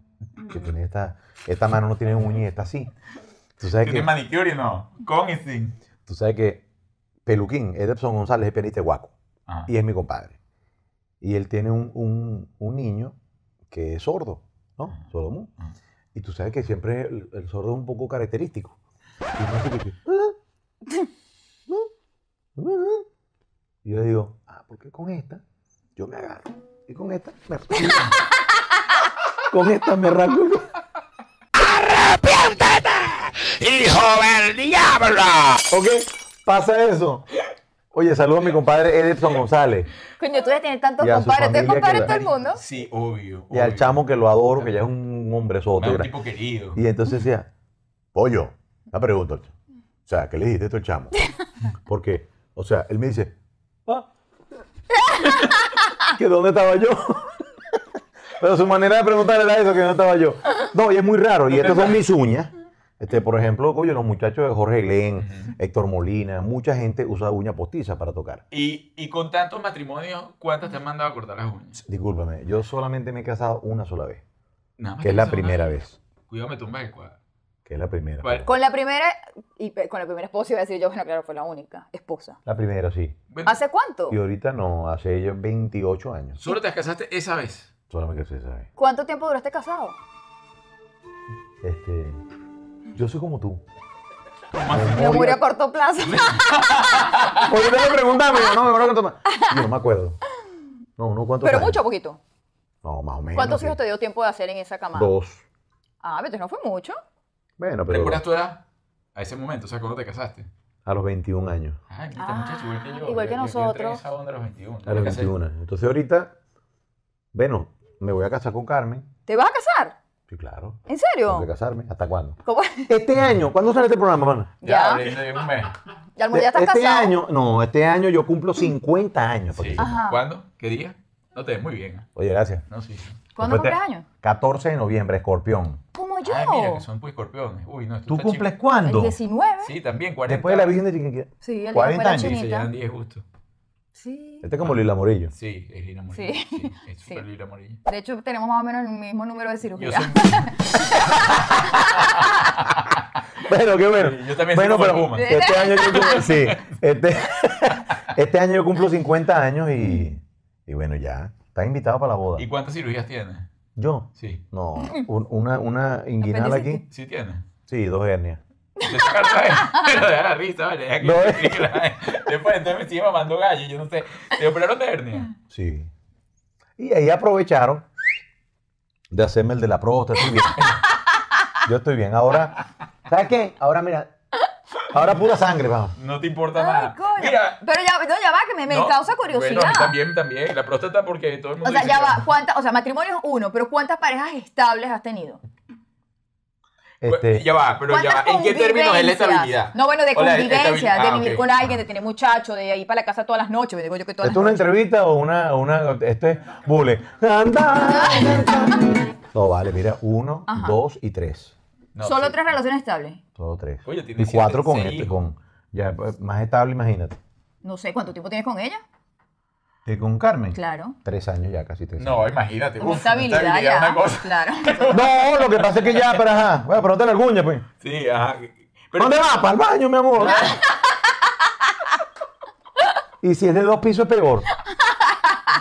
S3: que tiene esta, esta mano no tiene uña y está así. Tú sabes
S1: ¿Tienen
S3: que,
S1: manicure y no? Con y sin.
S3: tú sabes que Peluquín, Edson González es pianista de guaco
S1: Ajá.
S3: y es mi compadre. Y él tiene un, un- un niño que es sordo, ¿no? Sordo mudo.
S1: Ajá.
S3: Y tú sabes que siempre el, el sordo es un poco característico. Y uno hace que- "Ah, ah, ah". Y yo le digo, ah, porque con esta yo me agarro. Y con esta me rasco. con esta me rasco. ¡Arrepiéntete! ¡Hijo del diablo! ¿Ok? Pasa eso. Oye, saludo a mi compadre Edson González.
S2: Coño, tú debes tener tantos
S3: Y a su
S2: compadres. ¿Tú eres
S3: familia que
S2: compadre de
S3: la-
S2: todo el mundo?
S1: Sí, obvio.
S3: Y al
S1: obvio.
S3: chamo que lo adoro, que ya es un hombre
S1: Me da
S3: soto.
S1: un tipo querido.
S3: Y entonces decía, pollo, la pregunta. O sea, ¿qué le dijiste esto al chamo? Porque, o sea, él me dice, "Ah". que dónde estaba yo. Pero su manera de preguntar era eso, que dónde estaba yo. No, y es muy raro. Y estas son mis uñas. Este, por ejemplo, coño, los muchachos de Jorge Glenn, Héctor Molina, mucha gente usa uña postiza para tocar.
S1: Y, y con tantos matrimonios, ¿cuántas te han mandado a cortar las uñas?
S3: Discúlpame, yo solamente me he casado una sola vez,
S1: Nada más
S3: que es
S1: te
S3: la
S1: hice una
S3: primera vez.
S1: Cuidado, me tumbas el cuadro.
S3: Que es la primera.
S1: ¿Cuál?
S2: Con la primera, y pe- con la primera esposa iba a decir yo, bueno, claro, fue la única esposa.
S3: La primera, sí.
S1: Bueno,
S2: ¿Hace cuánto?
S3: Y ahorita no, hace ya 28 años.
S1: solo te casaste esa vez.
S3: Solamente que se sabe.
S2: ¿Cuánto tiempo duraste casado?
S3: Este, yo soy como tú.
S2: Me murió a corto plazo.
S3: Porque te lo preguntaba, yo no me acuerdo cuánto más. Yo no me acuerdo. No, no, ¿cuántos
S2: Pero
S3: años?
S2: mucho o poquito.
S3: No, más o menos.
S2: ¿Cuántos
S3: sí.
S2: hijos te dio tiempo de hacer en esa camada?
S3: Dos.
S2: Ah, pero no fue mucho.
S3: Bueno, pero
S1: ¿Recuerdas tu edad? A ese momento, o sea, cuando te casaste.
S3: a los 21 años.
S1: Ay, mira, este
S2: Ah,
S1: muchacho, igual que yo.
S2: igual
S1: Yo-
S2: que
S1: yo- yo entré
S2: nosotros.
S1: en esa onda a los 21.
S3: A los 21. Entonces ahorita, bueno, me voy a casar con Carmen.
S2: ¿Te vas a casar?
S3: Sí, claro.
S2: ¿En
S3: Tengo que
S2: serio?
S3: casarme. ¿Hasta cuándo?
S2: ¿Cómo?
S3: Este año, ¿cuándo sale este programa, pana?
S1: Ya,
S2: Ya,
S1: ahorita en un mes.
S2: ya, ya estás
S3: este
S2: casado.
S3: año, no, este año yo cumplo 50 años.
S1: Sí.
S3: Patricia.
S2: Ajá.
S1: ¿Cuándo? ¿Qué día? No te ves muy bien. ¿eh?
S3: Oye, gracias.
S1: No, sí. sí.
S2: ¿Cuándo cumples
S3: Después te-
S2: años?
S3: 14 de noviembre, escorpión.
S2: Como yo.
S1: Ay, mira, que son pues escorpiones. Uy, no, esto
S3: ¿Tú
S1: está chico.
S3: cumples cuándo?
S2: el 19.
S1: Sí, también, 40.
S3: Después de la Virgen de Chiquinquirá.
S2: Sí, el día
S3: 40
S2: de la
S3: años.
S1: Sí, se
S2: chinita.
S1: llevan 10 justo.
S2: Sí.
S3: Este es como Lila Morillo.
S1: Sí, es Lina Morillo.
S2: Sí.
S1: Sí. es
S2: Sí.
S1: súper Lina Morillo.
S2: De hecho, tenemos más o menos el mismo número de
S1: Yo,
S2: cirugías.
S1: soy,
S3: Bueno, qué bueno.
S1: yo también
S3: bueno,
S1: soy como
S3: pero
S1: Puma.
S3: este año yo cumplo, sí, este, este año yo cumplo 50 años y, y bueno, ya. Estás invitado para la boda.
S1: ¿Y cuántas cirugías tiene?
S3: Yo,
S1: Sí.
S3: no, un- una, una inguinal aquí.
S2: Apendicitis.
S1: Sí tiene.
S3: Sí, dos hernias.
S1: Te sacaron, ¿sabes? Pero deja la risa, vale. deja que-
S3: No,
S1: Después entonces me sigue mamando gallo, yo no sé. ¿Te operaron de hernia?
S3: Sí. Y ahí aprovecharon de hacerme el de la próstata. Estoy bien. Yo estoy bien. Ahora, ¿sabes qué? Ahora mira, ahora pura sangre, vamos.
S1: No te importa
S2: Ay,
S1: nada.
S2: coño.
S1: Mira.
S2: Pero ya, no, ya va, que me, me
S1: no,
S2: causa
S1: Bueno, a
S2: curiosidad.
S1: mí también, también. La próstata porque todo el
S2: o
S1: mundo
S2: sea,
S1: dice
S2: ya
S1: que-
S2: va, ¿cuántas? O sea, matrimonio es uno, pero ¿cuántas parejas estables has tenido? Pues,
S3: Este,
S1: ya va, pero ya va.
S2: ¿Cuántas
S1: ¿En qué términos es la
S2: convivencias?
S1: estabilidad?
S2: No, bueno, de
S1: O la
S2: convivencia,
S1: estabil-
S2: de
S1: ah,
S2: vivir
S1: ok.
S2: con alguien, de tener muchachos, de ir para la casa todas las noches. Me digo yo que todas
S3: ¿Esto es una
S2: las noches.
S3: entrevista o una, una este es bule? No, vale, mira, uno,
S2: Ajá.
S3: dos y tres.
S1: No,
S2: Solo
S1: sí.
S2: tres relaciones estables.
S3: Todo tres.
S1: Oye, tiene
S3: y cuatro
S1: siete,
S3: con
S1: seis
S3: este,
S1: hijos.
S3: con. Ya, pues, más estable, imagínate.
S2: No sé, ¿cuánto tiempo tienes con ella?
S3: ¿Y con Carmen?
S2: Claro.
S3: Tres años ya, casi tres.
S1: No, imagínate.
S2: Una
S1: uf,
S2: estabilidad,
S1: estabilidad,
S2: ya.
S1: Una cosa.
S2: Claro.
S3: años. No, lo que pasa es que ya, pero ajá. Bueno, pero no te la arguña, pues.
S1: Sí, ajá.
S3: ¿Dónde vas? Para el baño, mi amor. y si es de dos pisos, es peor.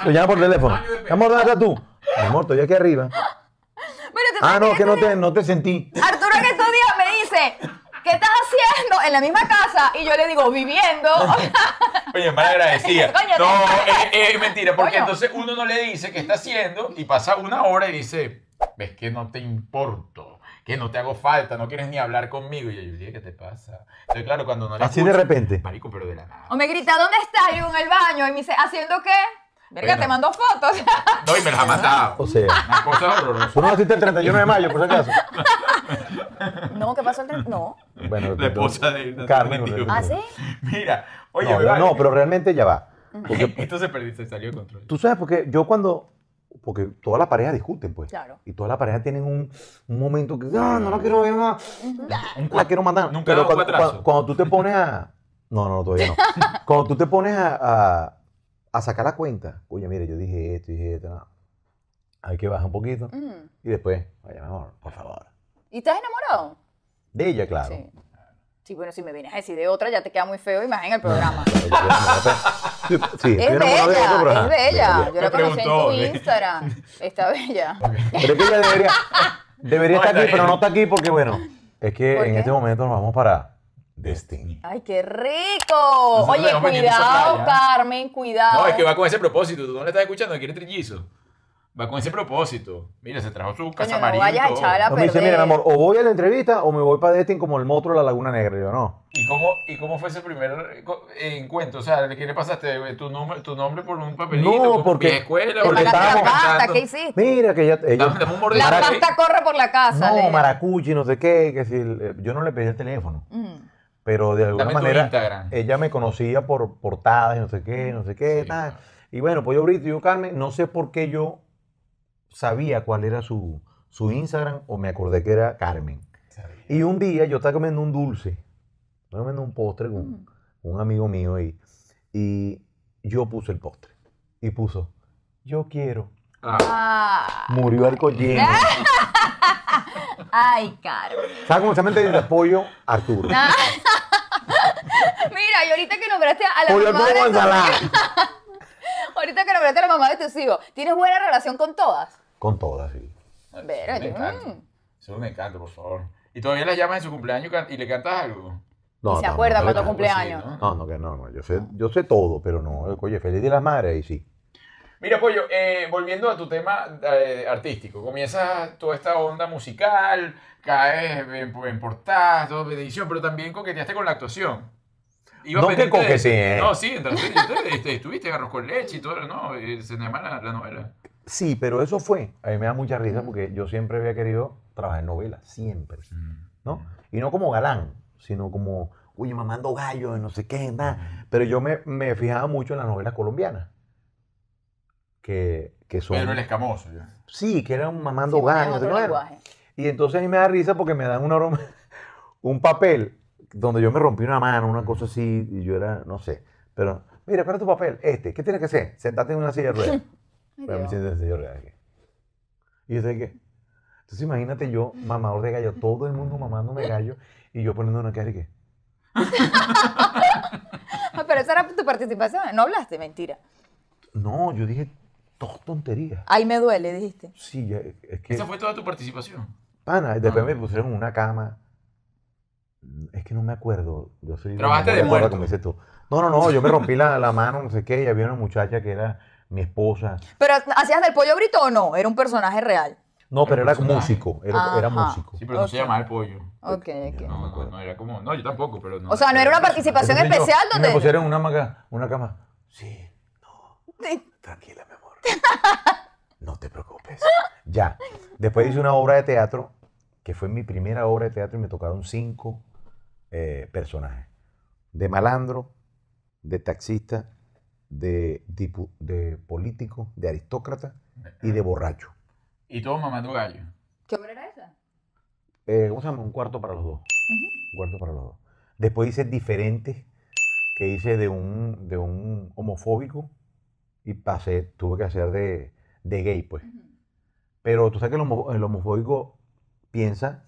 S3: Lo llamo por teléfono. Mi amor, ¿dónde estás tú? Mi amor, estoy aquí arriba.
S2: Bueno, entonces,
S3: Ah, no, que no te, no te sentí.
S2: Arturo en estos días me dice, ¿qué estás haciendo en la misma casa? Y yo le digo, viviendo.
S1: Oye, mal agradecida.
S2: Coño,
S1: No,
S2: te-
S1: es, es mentira, porque
S2: Coño.
S1: entonces uno no le dice qué está haciendo y pasa una hora y dice, ves que no te importo, que no te hago falta, no quieres ni hablar conmigo. Y yo, Juliet, ¿qué te pasa? Entonces, claro, cuando no le
S3: Así de
S1: escucho,
S3: repente.
S1: Marico, pero de la nada.
S2: O me grita, ¿dónde estás? Y yo en el baño. Y me dice, ¿haciendo qué? Verga,
S1: Bueno.
S2: te mando fotos.
S1: No, y me las ha matado.
S3: O sea,
S1: Una cosa horrorosa.
S3: tú no naciste el 31 de mayo, por si acaso.
S2: no, ¿qué pasó? el tre- No.
S3: Bueno,
S1: La esposa de-
S3: Carmen.
S1: de-
S2: ¿Ah, sí?
S1: Mira, oye,
S3: no,
S1: me
S3: yo
S1: vale.
S3: no, pero realmente ya va. Porque
S1: Esto se perdió, se salió de control.
S3: tú sabes, porque yo cuando. Porque todas las parejas discuten, pues.
S2: Claro.
S3: Y todas las parejas tienen un, un momento que. "Ah, No, no la quiero ver más. La quiero matar.
S1: Nunca da
S3: Pero
S1: un
S3: cuando,
S1: cuatrazo.
S3: cuando- cuando tú te pones a. No, no, no, todavía no. Cuando tú te pones a, a, a sacar la cuenta. Oye, mire, yo dije esto, dije esto. No. Hay que bajar un poquito.
S2: Mm.
S3: Y después, oye, mi amor, por favor.
S2: ¿Y estás enamorado?
S3: De ella, claro.
S2: Sí. Sí, bueno, si me vienes a decir de otra, ya te queda muy feo y más en el programa.
S3: Sí, sí,
S2: Es
S3: estoy enamorado de ella, pero
S2: bella, es bella.
S3: ajá,
S1: Me
S2: Yo la conocí en
S1: preguntó,
S2: tu
S1: ¿eh?
S2: Instagram. Está bella.
S3: Pero es que ella debería, debería
S1: No,
S3: estar aquí,
S1: está
S3: pero
S1: bien.
S3: no está aquí porque, bueno, es que
S2: ¿Por
S3: en
S2: qué?
S3: este momento nos vamos para Destiny.
S2: ¡Ay, qué rico!
S1: Nosotros
S2: Oye,
S1: debemos venir a esa
S2: cuidado,
S1: playa.
S2: Carmen, cuidado.
S1: No, es que va con ese propósito. Tú no le estás escuchando, quiere trillizo. Va con ese propósito. Mira, se trajo su casa
S2: no
S1: amarilla.
S2: vayas a
S1: y todo.
S2: echar la-
S3: No, me dice,
S2: perder.
S3: mira, mi amor, o voy a la entrevista o me voy para Destiny como el monstruo de la Laguna Negra. Y yo, no.
S1: ¿Y cómo, ¿Y cómo fue ese primer eh, co- eh, encuentro? O sea, ¿qué le pasaste? Eh, ¿Tu nombre, tu nombre por un papelito?
S3: No,
S1: ¿Por-
S3: porque-
S1: ¿Y escuela?
S2: Te
S1: ¿Por
S2: pagaste
S1: qué
S2: la
S1: estábamos
S2: pasta,
S1: cantando?
S2: ¿qué hiciste?
S3: Mira que ella... ella-
S1: Dame- dame un mordisco.
S2: La
S1: Mara-
S2: pasta corre por la casa.
S3: no,
S2: Leo.
S3: maracuchi, no sé qué. Que si el- eh, yo no le pedí el teléfono,
S2: Mm.
S3: pero de alguna
S1: Dame tu
S3: manera
S1: Instagram.
S3: ella me conocía por portadas y no sé qué, no sé qué.
S1: Sí,
S3: tal.
S1: claro.
S3: Y bueno, pues yo Brito y yo Carmen, no sé por qué yo sabía cuál era su, su Instagram o me acordé que era Carmen. Y un día yo estaba comiendo un dulce, estaba comiendo un postre con
S2: Mm.
S3: un amigo mío ahí, y yo puse el postre. Y puso, yo quiero.
S1: Ah,
S2: Ah,
S3: Murió alcohol lleno.
S2: ay, Carmen.
S3: ¿Sabes cómo se llama el de apoyo? Arturo.
S2: Mira, y ahorita que nombraste a la
S3: Pollo
S2: mamá
S3: Arturo
S2: de tus-
S3: Gonzalá.
S2: ahorita que nombraste a la mamá de tus hijos, ¿tienes buena relación con todas?
S3: Con todas, sí.
S2: Vera,
S1: Eso es un
S2: yo-
S1: encanto.
S2: mm.
S1: Eso es un encanto, por favor. ¿Y todavía la llamas en su cumpleaños y can- y le cantas algo?
S3: No,
S2: ¿Y se
S3: no,
S2: acuerda
S3: no,
S2: cuando
S3: no,
S2: cumple
S1: Algo así,
S2: años?
S1: ¿no?
S3: No, no, que no, no, yo sé, yo sé todo, pero no, el- oye, feliz de las madres, ahí sí.
S1: Mira, Pollo, eh, volviendo a tu tema eh, artístico, comienzas toda esta onda musical, caes eh, en, en portadas, todo de edición, pero también coqueteaste con la actuación. Iba
S3: No
S1: pendiente
S3: que
S1: de-
S3: coqueteé.
S1: No, sí, entraste, entraste, este, estuviste en arroz con leche y todo, no, eh, se llama la, la novela.
S3: Sí, pero eso fue. A mí me da mucha risa porque yo siempre había querido trabajar en novelas, siempre. ¿no? Y no como galán, sino como, uy, mamando gallo, no sé qué, nada. Pero yo me, me fijaba mucho en las novelas colombianas. Que, que son.
S1: Pedro el Escamoso. ya.
S3: Sí, que eran mamando
S2: Sí, tienen
S3: gallo, no sé
S2: otro
S3: qué vaina.
S2: lenguaje.
S3: Y entonces a mí me da risa porque me dan una broma- un papel donde yo me rompí una mano, una cosa así, y yo era, no sé. Pero, mira, ¿cuál es tu papel? Este. ¿Qué tienes que hacer? Sentarte en una silla de ruedas.
S2: Ay,
S3: Pero me
S2: Dios.
S3: siento en serio real aquí. Y yo sé que. Entonces imagínate yo, mamador de gallo, todo el mundo mamándome gallo y yo poniendo una cara y que.
S2: Ah, pero esa era tu participación, no hablaste, mentira.
S3: No, yo dije dos tonterías.
S2: Ahí me duele, dijiste.
S3: Sí, ya, es que.
S1: Esa fue Ah. toda tu participación.
S3: Pana, y después me pusieron en una cama. Mm, Es que no me acuerdo. Yo soy
S1: Trabajaste de
S3: memoria
S1: muerto.
S3: corta, como dices tú. No, no, no, yo me rompí la, la mano, no sé qué, y había una muchacha que era mi esposa.
S2: ¿Pero hacías del pollo brito o no? Era un personaje real.
S3: No, pero
S1: Era
S3: era
S1: un personaje.
S3: músico, era, era
S2: Ajá.
S3: músico.
S1: Sí, pero no se
S2: Ok.
S1: llamaba el pollo.
S2: Ok,
S3: Ya,
S2: ok.
S1: No,
S3: me
S1: no,
S3: acuerdo.
S1: no, era como, no, yo tampoco, pero no.
S2: O sea, no era una participación
S3: Entonces yo-
S2: especial
S3: y
S2: donde...
S3: Me pusieron una, maca- una cama. Sí,
S2: Sí.
S3: Tranquila, mi amor. No te preocupes. Ya. Después hice una obra de teatro, que fue mi primera obra de teatro y me tocaron cinco eh, personajes. De malandro, de taxista, de, dipu- de político, de aristócrata y de borracho.
S1: Y todos mamando gallo.
S2: ¿Qué obra era esa?
S3: Eh, ¿Cómo se llama? Un cuarto para los dos. Un cuarto para los dos. Después hice diferentes, que hice de un, de un homofóbico y pasé, tuve que hacer de, de gay, pues. Pero tú sabes que el, homo- el homofóbico piensa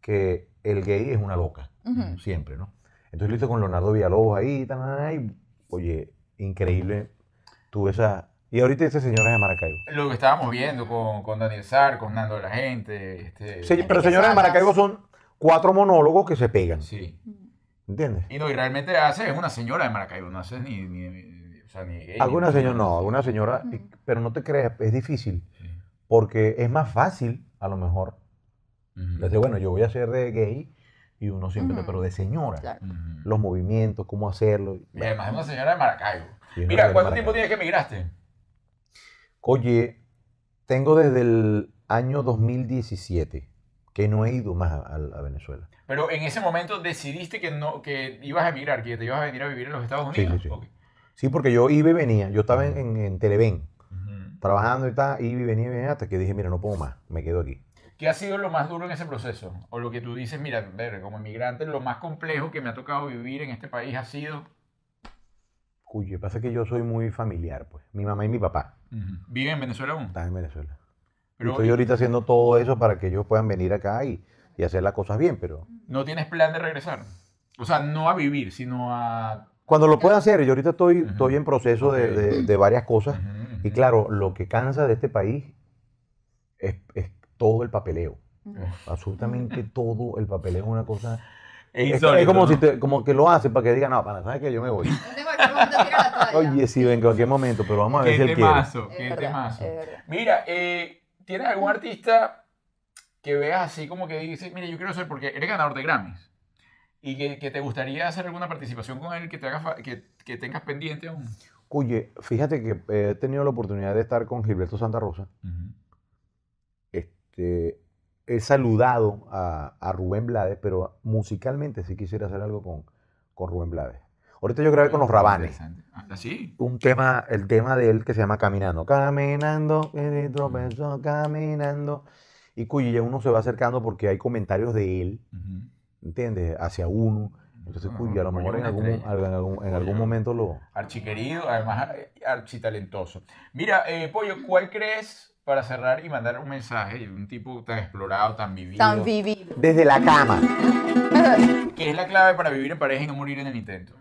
S3: que el gay es una loca,
S2: Ujú.
S3: siempre, ¿no? Entonces lo hice con Leonardo Villalobos ahí, tan, tan, tan, y, oye, increíble, tuve esa... Y ahorita ese señora de Maracaibo.
S1: Lo que estábamos viendo con, con Daniel Sar, con Nando de la Gente. Este,
S3: Se- pero
S2: Enrique
S3: señora de
S2: Salas.
S3: Maracaibo son cuatro monólogos que se pegan,
S1: Sí.
S3: ¿entiendes?
S1: Y no, y realmente hace, es una señora de Maracaibo, no hace ni, ni, ni- o sea, ni gay.
S3: Alguna
S1: ni-
S3: señora, no, alguna señora, y- pero no te creas, es difícil,
S1: Sí.
S3: porque es más fácil, a lo mejor,
S1: Ujú.
S3: decir, bueno, yo voy a ser de gay, y uno siempre,
S2: Ujú.
S3: pero de señora,
S2: Claro.
S1: Ujú.
S3: los movimientos, cómo hacerlo. y-
S1: Y además es una señora de Maracaibo.
S3: y uno
S1: Mira,
S3: de
S1: ¿cuánto
S3: Maracaibo.
S1: tiempo tienes que emigraste?
S3: Oye, tengo desde el año 2017 que no he ido más a, a- a Venezuela.
S1: Pero en ese momento decidiste que no que ibas a emigrar, que te ibas a venir a vivir en los Estados
S3: Sí,
S1: Unidos.
S3: sí, sí.
S1: Ok.
S3: Sí, porque yo iba y venía. Yo estaba en, en, en Televen trabajando y tal, iba y venía y venía hasta que dije, mira, no puedo más, me quedo aquí.
S1: ¿Qué ha sido lo más duro en ese proceso? O lo que tú dices, mira, ver, como inmigrante, lo más complejo que me ha tocado vivir en este país ha sido.
S3: Cuyo, pasa que yo soy muy familiar, pues. Mi mamá y mi papá
S1: Vive en Venezuela aún.
S3: están en Venezuela. Y
S1: Pero
S3: estoy ahorita haciendo todo eso para que ellos puedan venir acá y, y hacer las cosas bien, pero
S1: no tienes plan de regresar. O sea, no a vivir, sino a.
S3: cuando lo pueda hacer, yo ahorita estoy, estoy en proceso de,
S1: Ok.
S3: de- de varias cosas.
S1: Ujú,
S3: Y
S1: ujú.
S3: claro, lo que cansa de este país es, es todo el papeleo. Eh. Absolutamente todo el papeleo es una cosa... Es, es
S1: insólito,
S3: como,
S1: ¿no?
S3: si te- como que lo hacen para que digan, no, para, ¿sabes qué? Yo me voy.
S2: En cualquier momento tira la toalla.
S3: Oye, sí, en cualquier momento, pero vamos a ver
S1: Qué
S3: si él quiere.
S1: temazo,
S2: Es
S1: qué
S2: verdad,
S1: temazo.
S2: es verdad.
S1: Mira, eh, ¿tienes algún artista que veas así como que dices, mira, yo quiero ser porque eres ganador de Grammys y que, que te gustaría hacer alguna participación con él que, te haga fa- que, que tengas pendiente aún?
S3: Oye, fíjate que eh, he tenido la oportunidad de estar con Gilberto Santa Rosa. Este, he saludado a, a Rubén Blades, pero musicalmente sí quisiera hacer algo con, con Rubén Blades. Ahorita yo grabé con los Rabanes.
S1: Interesante. Ah, ¿Sí?
S3: Un tema, el tema de él que se llama Caminando. Caminando, eh, tropezó, caminando. Y cuyo ya uno se va acercando porque hay comentarios de él, ¿entiendes? Hacia uno. Entonces,
S1: Ah,
S3: cuyo a
S1: Goyo,
S3: lo mejor en
S1: una
S3: algún,
S1: estrella.
S3: en algún- en algún
S1: Goyo.
S3: momento lo...
S1: Archiquerido, además eh, architalentoso. Mira, eh, Pollo, ¿cuál crees para cerrar y mandar un mensaje? Un tipo tan explorado, tan vivido.
S2: Tan vivido.
S3: Desde la cama.
S1: ¿Qué es la clave para vivir en pareja y no morir en el intento?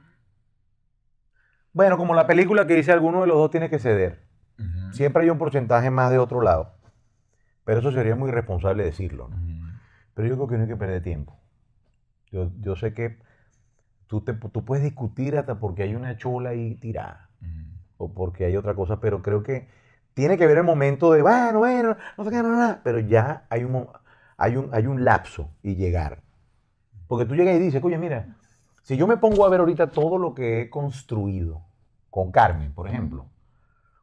S3: Bueno, como la película que dice alguno de los dos tiene que ceder.
S1: Ujú.
S3: Siempre hay un porcentaje más de otro lado. Pero eso sería muy irresponsable decirlo, ¿no?
S1: Ujú.
S3: Pero yo creo que no hay que perder tiempo. Yo, yo sé que tú, te, tú puedes discutir hasta porque hay una chola ahí tirada
S1: Ujú.
S3: o porque hay otra cosa, pero creo que tiene que ver el momento de, bueno, bueno, no sé qué, no, no, no", pero ya hay un, mo- hay un, hay un lapso y llegar. Porque tú llegas y dices, oye, mira, si yo me pongo a ver ahorita todo lo que he construido con Carmen, por ejemplo,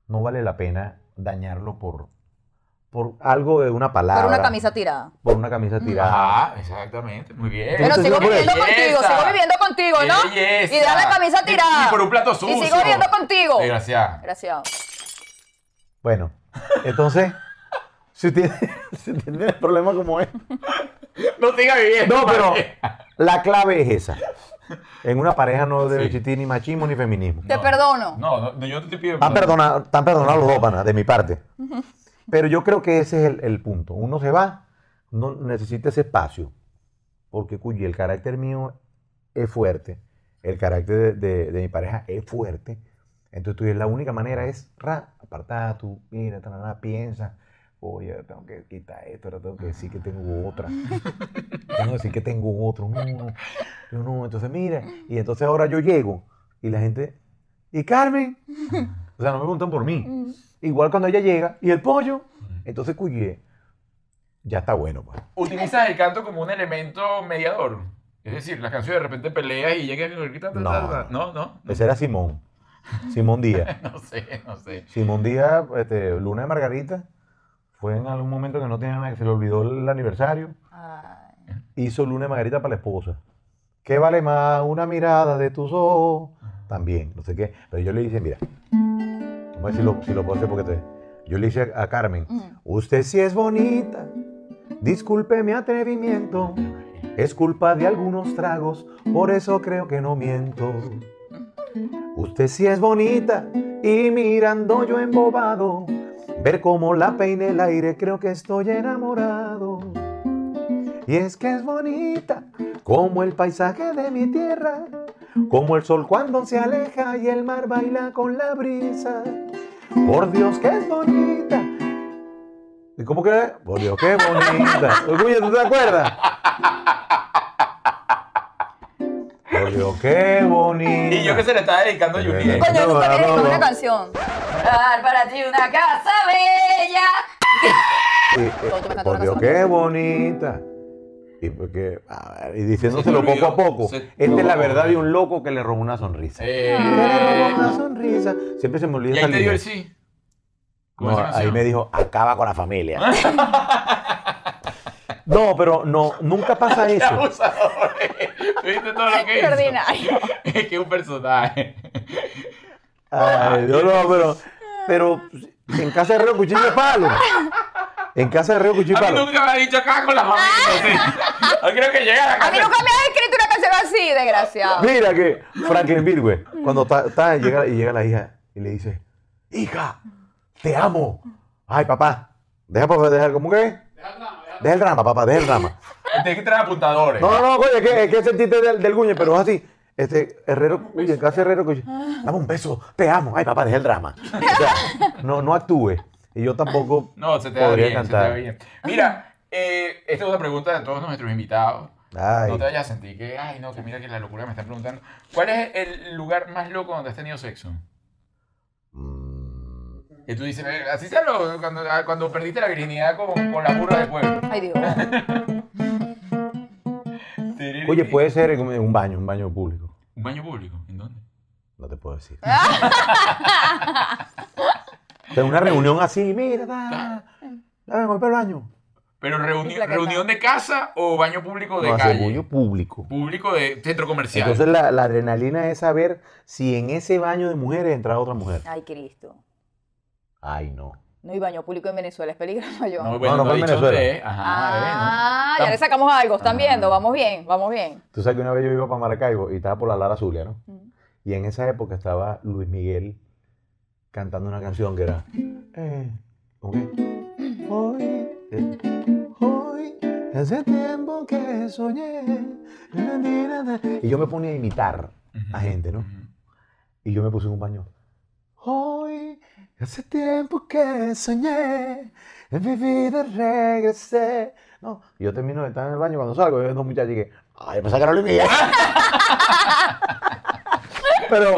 S3: no vale la pena dañarlo por, por algo de una palabra.
S6: Por una camisa Mm. tirada.
S3: Por una camisa tirada.
S1: Ah, exactamente, muy bien.
S2: Pero
S3: Entonces,
S2: sigo
S3: no puedes.
S2: viviendo contigo, sigo viviendo contigo, ¿no?
S1: Belleza.
S2: Y deja la camisa
S1: Y-
S2: tirada.
S1: Y por un plato sucio.
S2: Y sigo viviendo contigo.
S1: Desgraciada.
S2: Gracias.
S3: Bueno, entonces, si usted, si usted tiene problemas como este,
S1: No siga viviendo.
S3: No, pero
S1: madre.
S3: la clave es esa. En una pareja no debe
S1: Sí.
S3: existir ni machismo ni feminismo.
S2: Te
S1: No.
S2: perdono.
S1: No, no, no, yo no te pido
S3: Están perdonados, están perdonados los dos, pana, de mi parte. Pero yo creo que ese es el, el punto. Uno se va, no necesita ese espacio. Porque, cuyo, el carácter mío es fuerte. El carácter de, de- de mi pareja es fuerte. Entonces, tú, la única manera es ra, apartada, tú, mira, ta, na, na, piensa. Oye, tengo que quitar esto, ahora tengo que decir que tengo otra. Tengo que decir que tengo otro. No, no, yo no. Entonces, mira. Y entonces ahora yo llego y la gente. ¿Y Carmen? O sea, no me preguntan por mí. Igual cuando ella llega, ¿y el pollo? Entonces, cuye, ya está bueno, pues.
S1: Utilizas el canto como un elemento mediador. Es decir, las canciones de repente peleas y llegas y gritas. ta, ta,
S3: No.
S1: ta. No, no, no,
S3: Ese era Simón. Simón Díaz.
S1: no sé, no sé.
S3: Simón Díaz, este, Luna de Margarita, fue en algún momento que no tenía nada, que se le olvidó el aniversario. Hizo Luna de Margarita para la esposa. ¿Qué vale más una mirada de tus ojos? También, no sé qué. Pero yo le dije, mira, vamos a ver si lo, si lo puedo hacer porque te... Yo le hice a, a Carmen,
S2: Mm.
S3: usted sí es bonita, disculpe mi atrevimiento, es culpa de algunos tragos, por eso creo que no miento. Usted sí es bonita y mirando yo embobado, ver cómo la peina el aire, creo que estoy enamorado. Y es que es bonita, como el paisaje de mi tierra, como el sol cuando se aleja y el mar baila con la brisa. Por Dios que es bonita. ¿Y cómo que era? Por Dios que es bonita. Oye, ¿tú te acuerdas? Por Dios que bonita.
S1: Y yo que se le estaba dedicando a Juliet.
S6: Coño,
S3: No,
S6: tú también
S3: no,
S6: dedicas
S3: no.
S6: una canción. Dar para ti una casa bella.
S3: Y, eh,
S2: Todo tú me estás
S3: por
S2: dando
S3: Dios,
S2: razón.
S3: qué bonita. Y, porque, a ver, y diciéndoselo
S1: Se te
S3: poco
S1: olvidó,
S3: a poco.
S1: se-
S3: Esta es la
S1: no.
S3: verdad de un loco que le robó una sonrisa. Que le
S1: Eh,
S3: robó una sonrisa. Siempre se me olvida
S1: y
S3: esa
S1: ahí te dio
S3: línea.
S1: el sí. con
S3: No,
S1: esa
S3: ahí
S1: canción.
S3: me dijo, acaba con la familia. no, pero no, nunca pasa eso.
S1: Abusador, eh. ¿Viste todo lo que hizo?
S2: Extraordinario.
S1: Es que es un personaje.
S3: Ay, Dios, no, pero, pero pues, en casa de Reo Cuchillo y Palo. En casa de Reo Cuchillo y
S1: A mí
S3: Palo.
S1: nunca me ha dicho acá con las mamitas. sí. Yo creo que llega a la
S2: A
S1: casa.
S2: mí nunca me has escrito una canción así, desgraciado.
S3: Mira que Franklin güey, cuando está, está- llega, y llega la hija y le dice, hija, te amo. Ay, papá, deja, por- deja ¿cómo que? Deja el drama, papá, deja el drama.
S1: Tienes que traer apuntadores.
S3: No, no, no, coño, es que, es que sentiste del, del guñe, pero es así. Este, Herrero, uy, en casa de Herrero, coño, dame un beso, te amo. Ay, papá, deja el drama. O sea, no, no actúe. Y yo tampoco
S1: No, se te da
S3: podría
S1: bien, se te
S3: cantar.
S1: da bien. Mira, eh, esta es una pregunta de todos nuestros invitados.
S3: Ay.
S1: No te vayas a sentir que, ay, no, que mira que la locura me están preguntando. ¿Cuál es el lugar más loco donde has tenido sexo?
S3: Mm,
S1: Y tú dices, "Eh, así sea lo- cuando, ah, cuando perdiste la virginidad con, con la burra del pueblo.
S2: Ay, Dios.
S3: Oye, pues. puede ser en un- en un baño, un baño público.
S1: ¿Un baño público? ¿En dónde?
S3: No te puedo decir. O sea, una reunión así, mira, da, da, voy para el baño.
S1: ¿Pero reuni-
S2: plaqueta.
S1: reunión de casa o baño público de
S3: No, hace
S1: calle?
S3: baño público.
S1: Público de centro comercial.
S3: Entonces la, la adrenalina es saber si en ese baño de mujeres entra otra mujer.
S2: Ay, Cristo.
S3: Ay, no.
S2: No hay baño público en Venezuela, es peligroso yo.
S1: no, bueno,
S3: no,
S1: no,
S3: fue
S1: he
S3: en
S1: dicho
S3: Venezuela.
S1: usted. Ajá,
S2: Ah,
S1: bueno.
S2: ya le sacamos algo, están
S1: Ah.
S2: viendo, vamos bien, vamos bien.
S3: Tú sabes que una vez yo iba para Maracaibo y estaba por la Lara Zulia, ¿no? Y en esa época estaba Luis Miguel cantando una canción que era... Eh, ¿cómo que? Hoy, eh, hoy, hace tiempo que soñé. na, na, na, na. Y yo me ponía a imitar a gente, ¿no?
S1: Ujú.
S3: Y yo me puse en un baño. Hoy, hace tiempo que soñé, en mi vida regresé. No, yo termino de estar en el baño cuando salgo, veo dos muchachos y que, ay, me sacaron Luis Miguel. pero,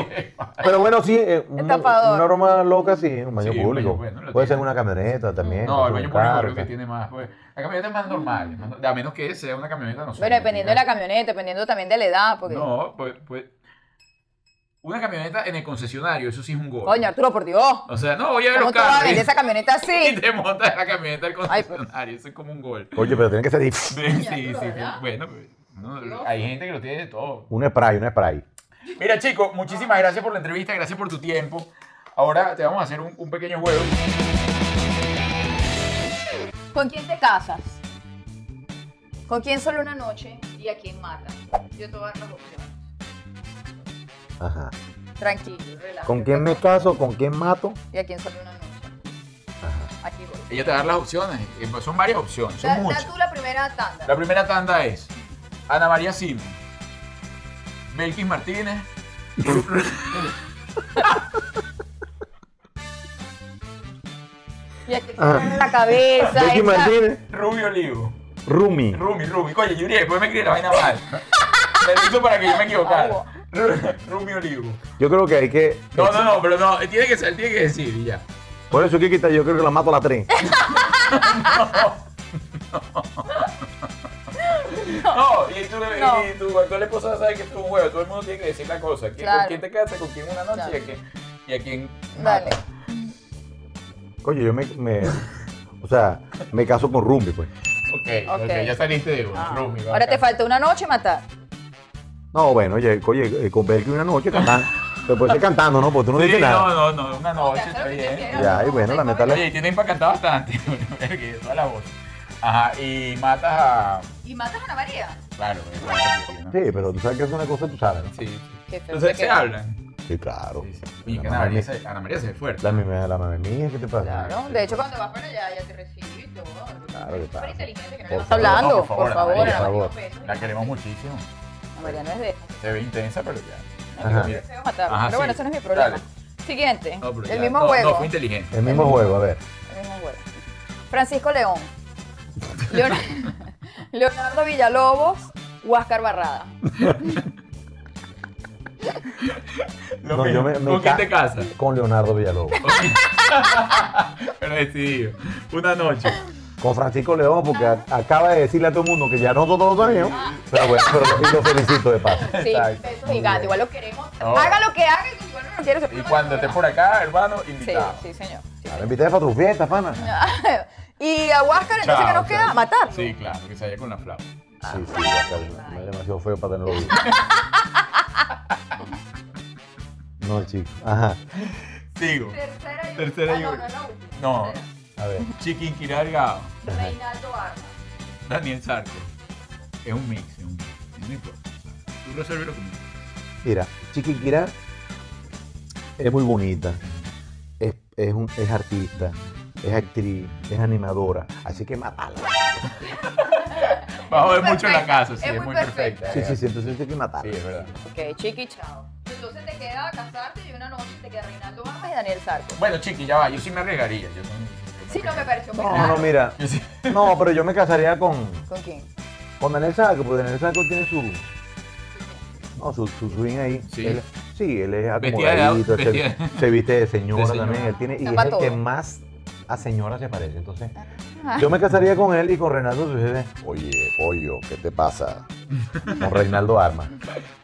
S3: pero bueno, sí, eh, una,
S2: tapador.
S3: una broma loca, sí, en un baño
S1: Sí, un baño
S3: público.
S1: bueno, lo
S3: Puede ser en
S1: tiene.
S3: una camioneta también.
S1: No, el
S3: puede
S1: baño
S3: ser un
S1: público
S3: carro,
S1: creo que
S3: tal.
S1: tiene más. pues. La camioneta es más normal, más no- a menos que sea una camioneta no sé.
S2: Bueno, dependiendo de la camioneta, dependiendo también de la edad, porque...
S1: No, pues, pues. Una camioneta en el concesionario, eso sí es un gol.
S2: Coño, Arturo, por Dios.
S1: O sea, no, voy a ver
S2: ¿Cómo
S1: los
S2: tú vas a vender
S1: carros.
S2: esa camioneta
S1: Y
S2: así?
S1: te montas en la camioneta del
S2: Ay, pues.
S1: concesionario, eso es como un gol.
S3: Oye, pero tiene que ser
S1: Sí,
S3: dif-
S1: sí, sí. Bueno, pues, no, hay gente que lo tiene de todo.
S3: un spray, un spray.
S1: Mira, chicos, muchísimas gracias por la entrevista, gracias por tu tiempo. Ahora te vamos a hacer un, un pequeño juego.
S2: ¿Con quién te casas? ¿Con quién solo una noche y a quién matas? Yo te voy a dar las opciones.
S3: Ajá.
S2: Tranquilo, relájate.
S3: ¿Con quién me caso? ¿Con quién mato?
S2: Y a quién solo una noche. Aquí voy.
S1: Ella te va a dar las opciones, eh, son varias opciones, son
S2: Da, da
S1: muchas.
S2: tú la primera tanda.
S1: La primera tanda es Ana María Simón, Belkis Martínez,
S2: Y a quién solo la cabeza.
S3: Becky
S2: esa-
S3: Martínez,
S1: Rubio Olivo.
S3: Rumi.
S1: Rumi, Rumi. Oye, Yuri, después me escribí la vaina mal. Me lo hizo para que yo me equivocara. Ru- Rumi Olivo.
S3: Yo creo que hay que.
S1: No, no, no, pero no, tiene que ser, tiene que decir y ya.
S3: Por eso, Kikita, yo creo que la mato a las tres.
S1: No, y tú, le-
S2: No.
S1: y tu actual esposa sabe que esto es un juego, todo el mundo tiene que decir la cosa. ¿Quién-
S2: Claro.
S1: ¿Con quién te casas? ¿Con quién una
S2: Claro.
S1: noche? Y, a quién, ¿Y a quién?
S2: Dale.
S3: Coño, yo me, me- O sea, me caso con Rumbi, pues.
S1: Ok, ok,
S2: Ok.
S1: ya saliste de uno.
S2: Ah.
S1: Rumi.
S2: Ahora te falta una noche y matar.
S3: No, bueno, oye, oye eh, con Belki una noche cantando. Pero puede ser cantando, ¿no? Porque tú no dices nada.
S1: No, no, no, una noche, está
S2: Claro que te
S1: bien.
S2: quiero.
S3: Ya, y bueno, lamentable.
S1: Oye, y tienen para cantar bastante. Verga, y toda la voz. Ajá, y matas a.
S2: ¿Y matas a Ana María?
S1: Claro, ¿no?
S3: Sí, pero tú sabes que es una cosa, tú sabes, ¿no?
S1: Sí, sí.
S2: Qué feo.
S1: Entonces
S2: qué
S1: se hablan.
S3: Sí, claro.
S1: Sí, sí. Y
S3: La
S1: que Ana
S3: mamá
S1: María
S3: mía-
S1: se- Ana María se ve fuerte.
S3: Oh. La mía, la mamá mía, ¿qué te pasa?
S2: Claro, de hecho cuando vas para allá ya te recibe y todo.
S3: Claro que
S2: Súper
S3: pasa.
S2: inteligente que no
S3: Por
S2: vas
S3: favor,
S2: hablando,
S1: no, por
S2: por,
S1: favor,
S2: favor,
S1: Ana
S2: Ana
S3: María,
S2: María Opeso.
S1: La queremos muchísimo.
S2: Ana María no es de...
S1: Se ve intensa, pero ya.
S3: Ajá.
S1: Mira.
S2: Deseo matarla,
S1: Ajá,
S2: pero bueno,
S1: sí.
S2: eso no es mi problema.
S1: Dale.
S2: Siguiente,
S1: No, pero
S2: el
S1: ya,
S2: mismo
S1: no,
S2: juego.
S1: No, fue inteligente.
S3: El mismo juego, a ver.
S2: el mismo juego. Francisco León. Leon- Leonardo Villalobos. Huáscar Barrada.
S1: Lo
S3: No,
S1: mismo.
S3: yo me- me
S1: ¿Con quién
S3: ca-
S1: te casas?
S3: Con Leonardo Villalobos.
S1: Pero decidido. Una noche.
S3: Con Francisco León, porque a- acaba de decirle a todo el mundo que ya no todos lo sabíamos. Pero bueno, pero y lo felicito de paso.
S2: Sí,
S1: Exacto.
S2: beso gigante, igual lo queremos.
S1: No.
S2: Haga lo que haga, igual no lo quiero.
S1: Y cuando estés por acá, hermano,
S2: Sí,
S1: invitado.
S2: sí, señor. Sí,
S3: Ahora invité para tu fiesta, pana.
S2: Y a Huáscar, entonces, ¿qué nos queda? Matar.
S1: Sí, claro, que se vaya con la flauta.
S3: Sí, sí, Oscar, no es demasiado feo para tenerlo vivo. No, chico. Ajá.
S1: Sigo.
S6: Tercera y
S1: Tercera y
S6: última.
S1: última.
S6: Ah, no, no,
S1: No,
S6: no. Tercera.
S3: A ver.
S1: Chiquinquirá Delgado,
S6: Reinaldo Armas.
S1: Daniel Sarco. Es un mix, es un mix. Es un mix. Tú resuélvelo conmigo.
S3: Mira, Chiquinquirá es muy bonita, es, es un- es artista, es actriz, es animadora, así que matala.
S1: Va a joder
S2: muy
S1: mucho en la
S2: perfecta,
S1: casa, sí,
S2: es
S1: es,
S2: muy
S1: muy perfecta.
S3: Sí, sí,
S1: sí.
S3: sí, entonces hay que matarla.
S1: es verdad.
S2: Ok, chiqui, chao.
S6: Entonces te queda casarte y una noche te queda Reinaldo Armas.
S2: Es Daniel Sarco.
S1: Bueno, chiqui, ya va, yo sí me arriesgaría. Yo no,
S6: Sí, no me pareció muy
S3: No, no,
S6: claro.
S3: mira.
S1: Yo sí.
S3: No, pero yo me casaría con,
S2: ¿Con quién?
S3: con Daniel Sarco, porque Daniel Sarco tiene su. No, su, su swing ahí.
S1: Sí.
S3: Él, sí, él es
S1: Vestida de-
S3: acomodadito, se,
S1: vestida-
S3: se viste de señora,
S1: de señora.
S3: también. Él tiene, y es
S2: Tapa
S3: el que
S2: todo.
S3: más a señora se parece. Entonces,
S2: Ah.
S3: yo me casaría con él y con Reinaldo sucede.
S7: Oye, pollo, ¿qué te pasa?
S3: Con Reinaldo Arma.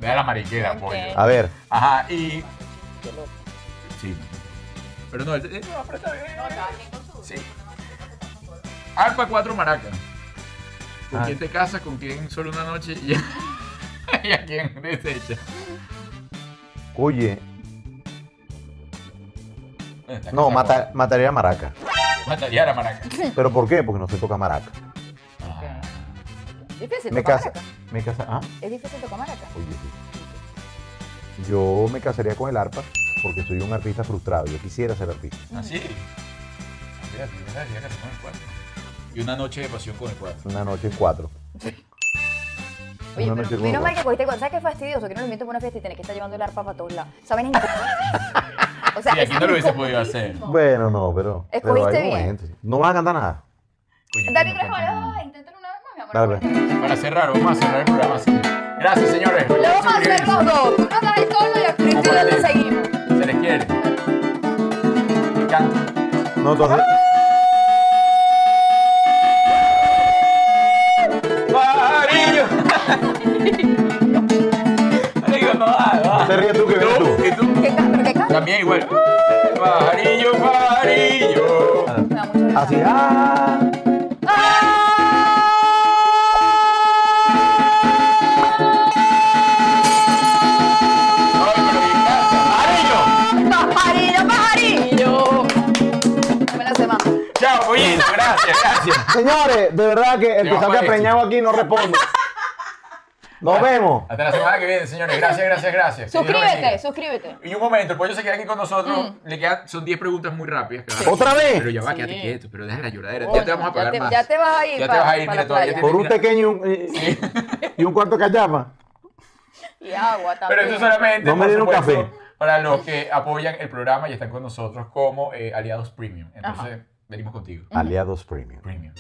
S1: Me da la mariquera,
S2: Ok.
S1: pollo.
S3: A ver,
S1: Ajá, y. Sí. Pero no, el- eh, no, pero está bien.
S6: No, cada quien con su-
S1: Sí. Arpa 4 Maraca. ¿Con
S3: Ah.
S1: quién te casas? ¿Con quién solo una noche? Y a, y a quién desecha.
S3: oye, no, mata- mataría a Maraca.
S1: Mataría a la Maraca.
S3: ¿Pero por qué? Porque no se toca Maraca.
S2: Difícil
S3: Me
S2: tocar
S3: casa.
S2: maraca.
S3: Me casa. Ah,
S2: Es difícil tocar maraca.
S3: oye, sí. Yo me casaría con el arpa porque soy un artista frustrado. Yo quisiera ser artista.
S1: Así. Mira, tú me decías que se pone el cuatro. Y una noche de pasión con el 4.
S3: Una noche en cuatro.
S2: Oye,
S3: Una
S2: pero
S3: noche con
S2: menos
S3: el
S2: mal que cogiste cuando ¿Sabes qué fastidioso? Que no lo invito a una fiesta y tenés que estar llevando el arpa para todos lados. ¿Saben? o sea,
S1: Y aquí
S2: es
S1: no lo hubiese
S2: incómodo.
S1: podido hacer.
S3: Bueno, no, pero, pero
S2: Escogiste bien.
S3: No vas a cantar nada.
S1: Coño,
S2: Dani
S1: coño,
S2: Trejo,
S1: coño.
S2: ay, inténtalo una vez más, mi amor.
S3: Dale.
S1: Para cerrar, vamos a cerrar el programa así. Gracias, señores.
S2: Lo vamos a hacer los dos. Tú nos das el tono y al principio
S1: Ojalá.
S2: lo seguimos.
S1: Se les quiere. Me encanta.
S3: No, entonces.
S1: ¡Cariño! Marico, no va, no va.
S3: Te ríes tú que vienes tú.
S1: ¿Y tú?
S2: ¿Qué ca- pero qué ca-
S1: También igual. Pajarillo, pajarillo.
S2: Me da mucho miedo.
S3: Así. ¡Ah!
S1: Ay, pero me encanta.
S2: Pajarillo,
S1: ¡Pajarillo!
S2: pajarillo. No me la sé más.
S1: Chao, pollito. Gracias, gracias.
S3: Señores, de verdad que el
S1: Te
S3: que
S1: vas
S3: saca
S1: para
S3: preñado aquí no responde. Nos vemos.
S1: Hasta la semana que viene, señores. Gracias, gracias, gracias. Que Dios los
S2: Suscríbete, Mm.
S1: bendiga.
S2: suscríbete.
S1: Y un momento, el pollo se queda aquí con nosotros. Le quedan, son 10 preguntas muy rápidas. que van a-
S3: ¿Otra vez?
S1: Pero ya va, quédate quieto, pero deja la lloradera. Ya te vamos a pagar
S2: ya te,
S1: más.
S2: Ya te vas a ir.
S1: Ya te
S2: para-
S1: vas a ir,
S2: para
S1: mira,
S2: la
S1: todavía
S2: playa.
S1: tienes-
S3: Por un pequeño y un, y- y un cuarto cachapa.
S2: Y agua también.
S1: Pero eso solamente
S3: No me
S1: por
S3: dieron
S1: supuesto,
S3: café.
S1: para los que apoyan el programa y están con nosotros como eh, aliados premium. Entonces, venimos contigo.
S3: Aliados Premium.
S1: Premium.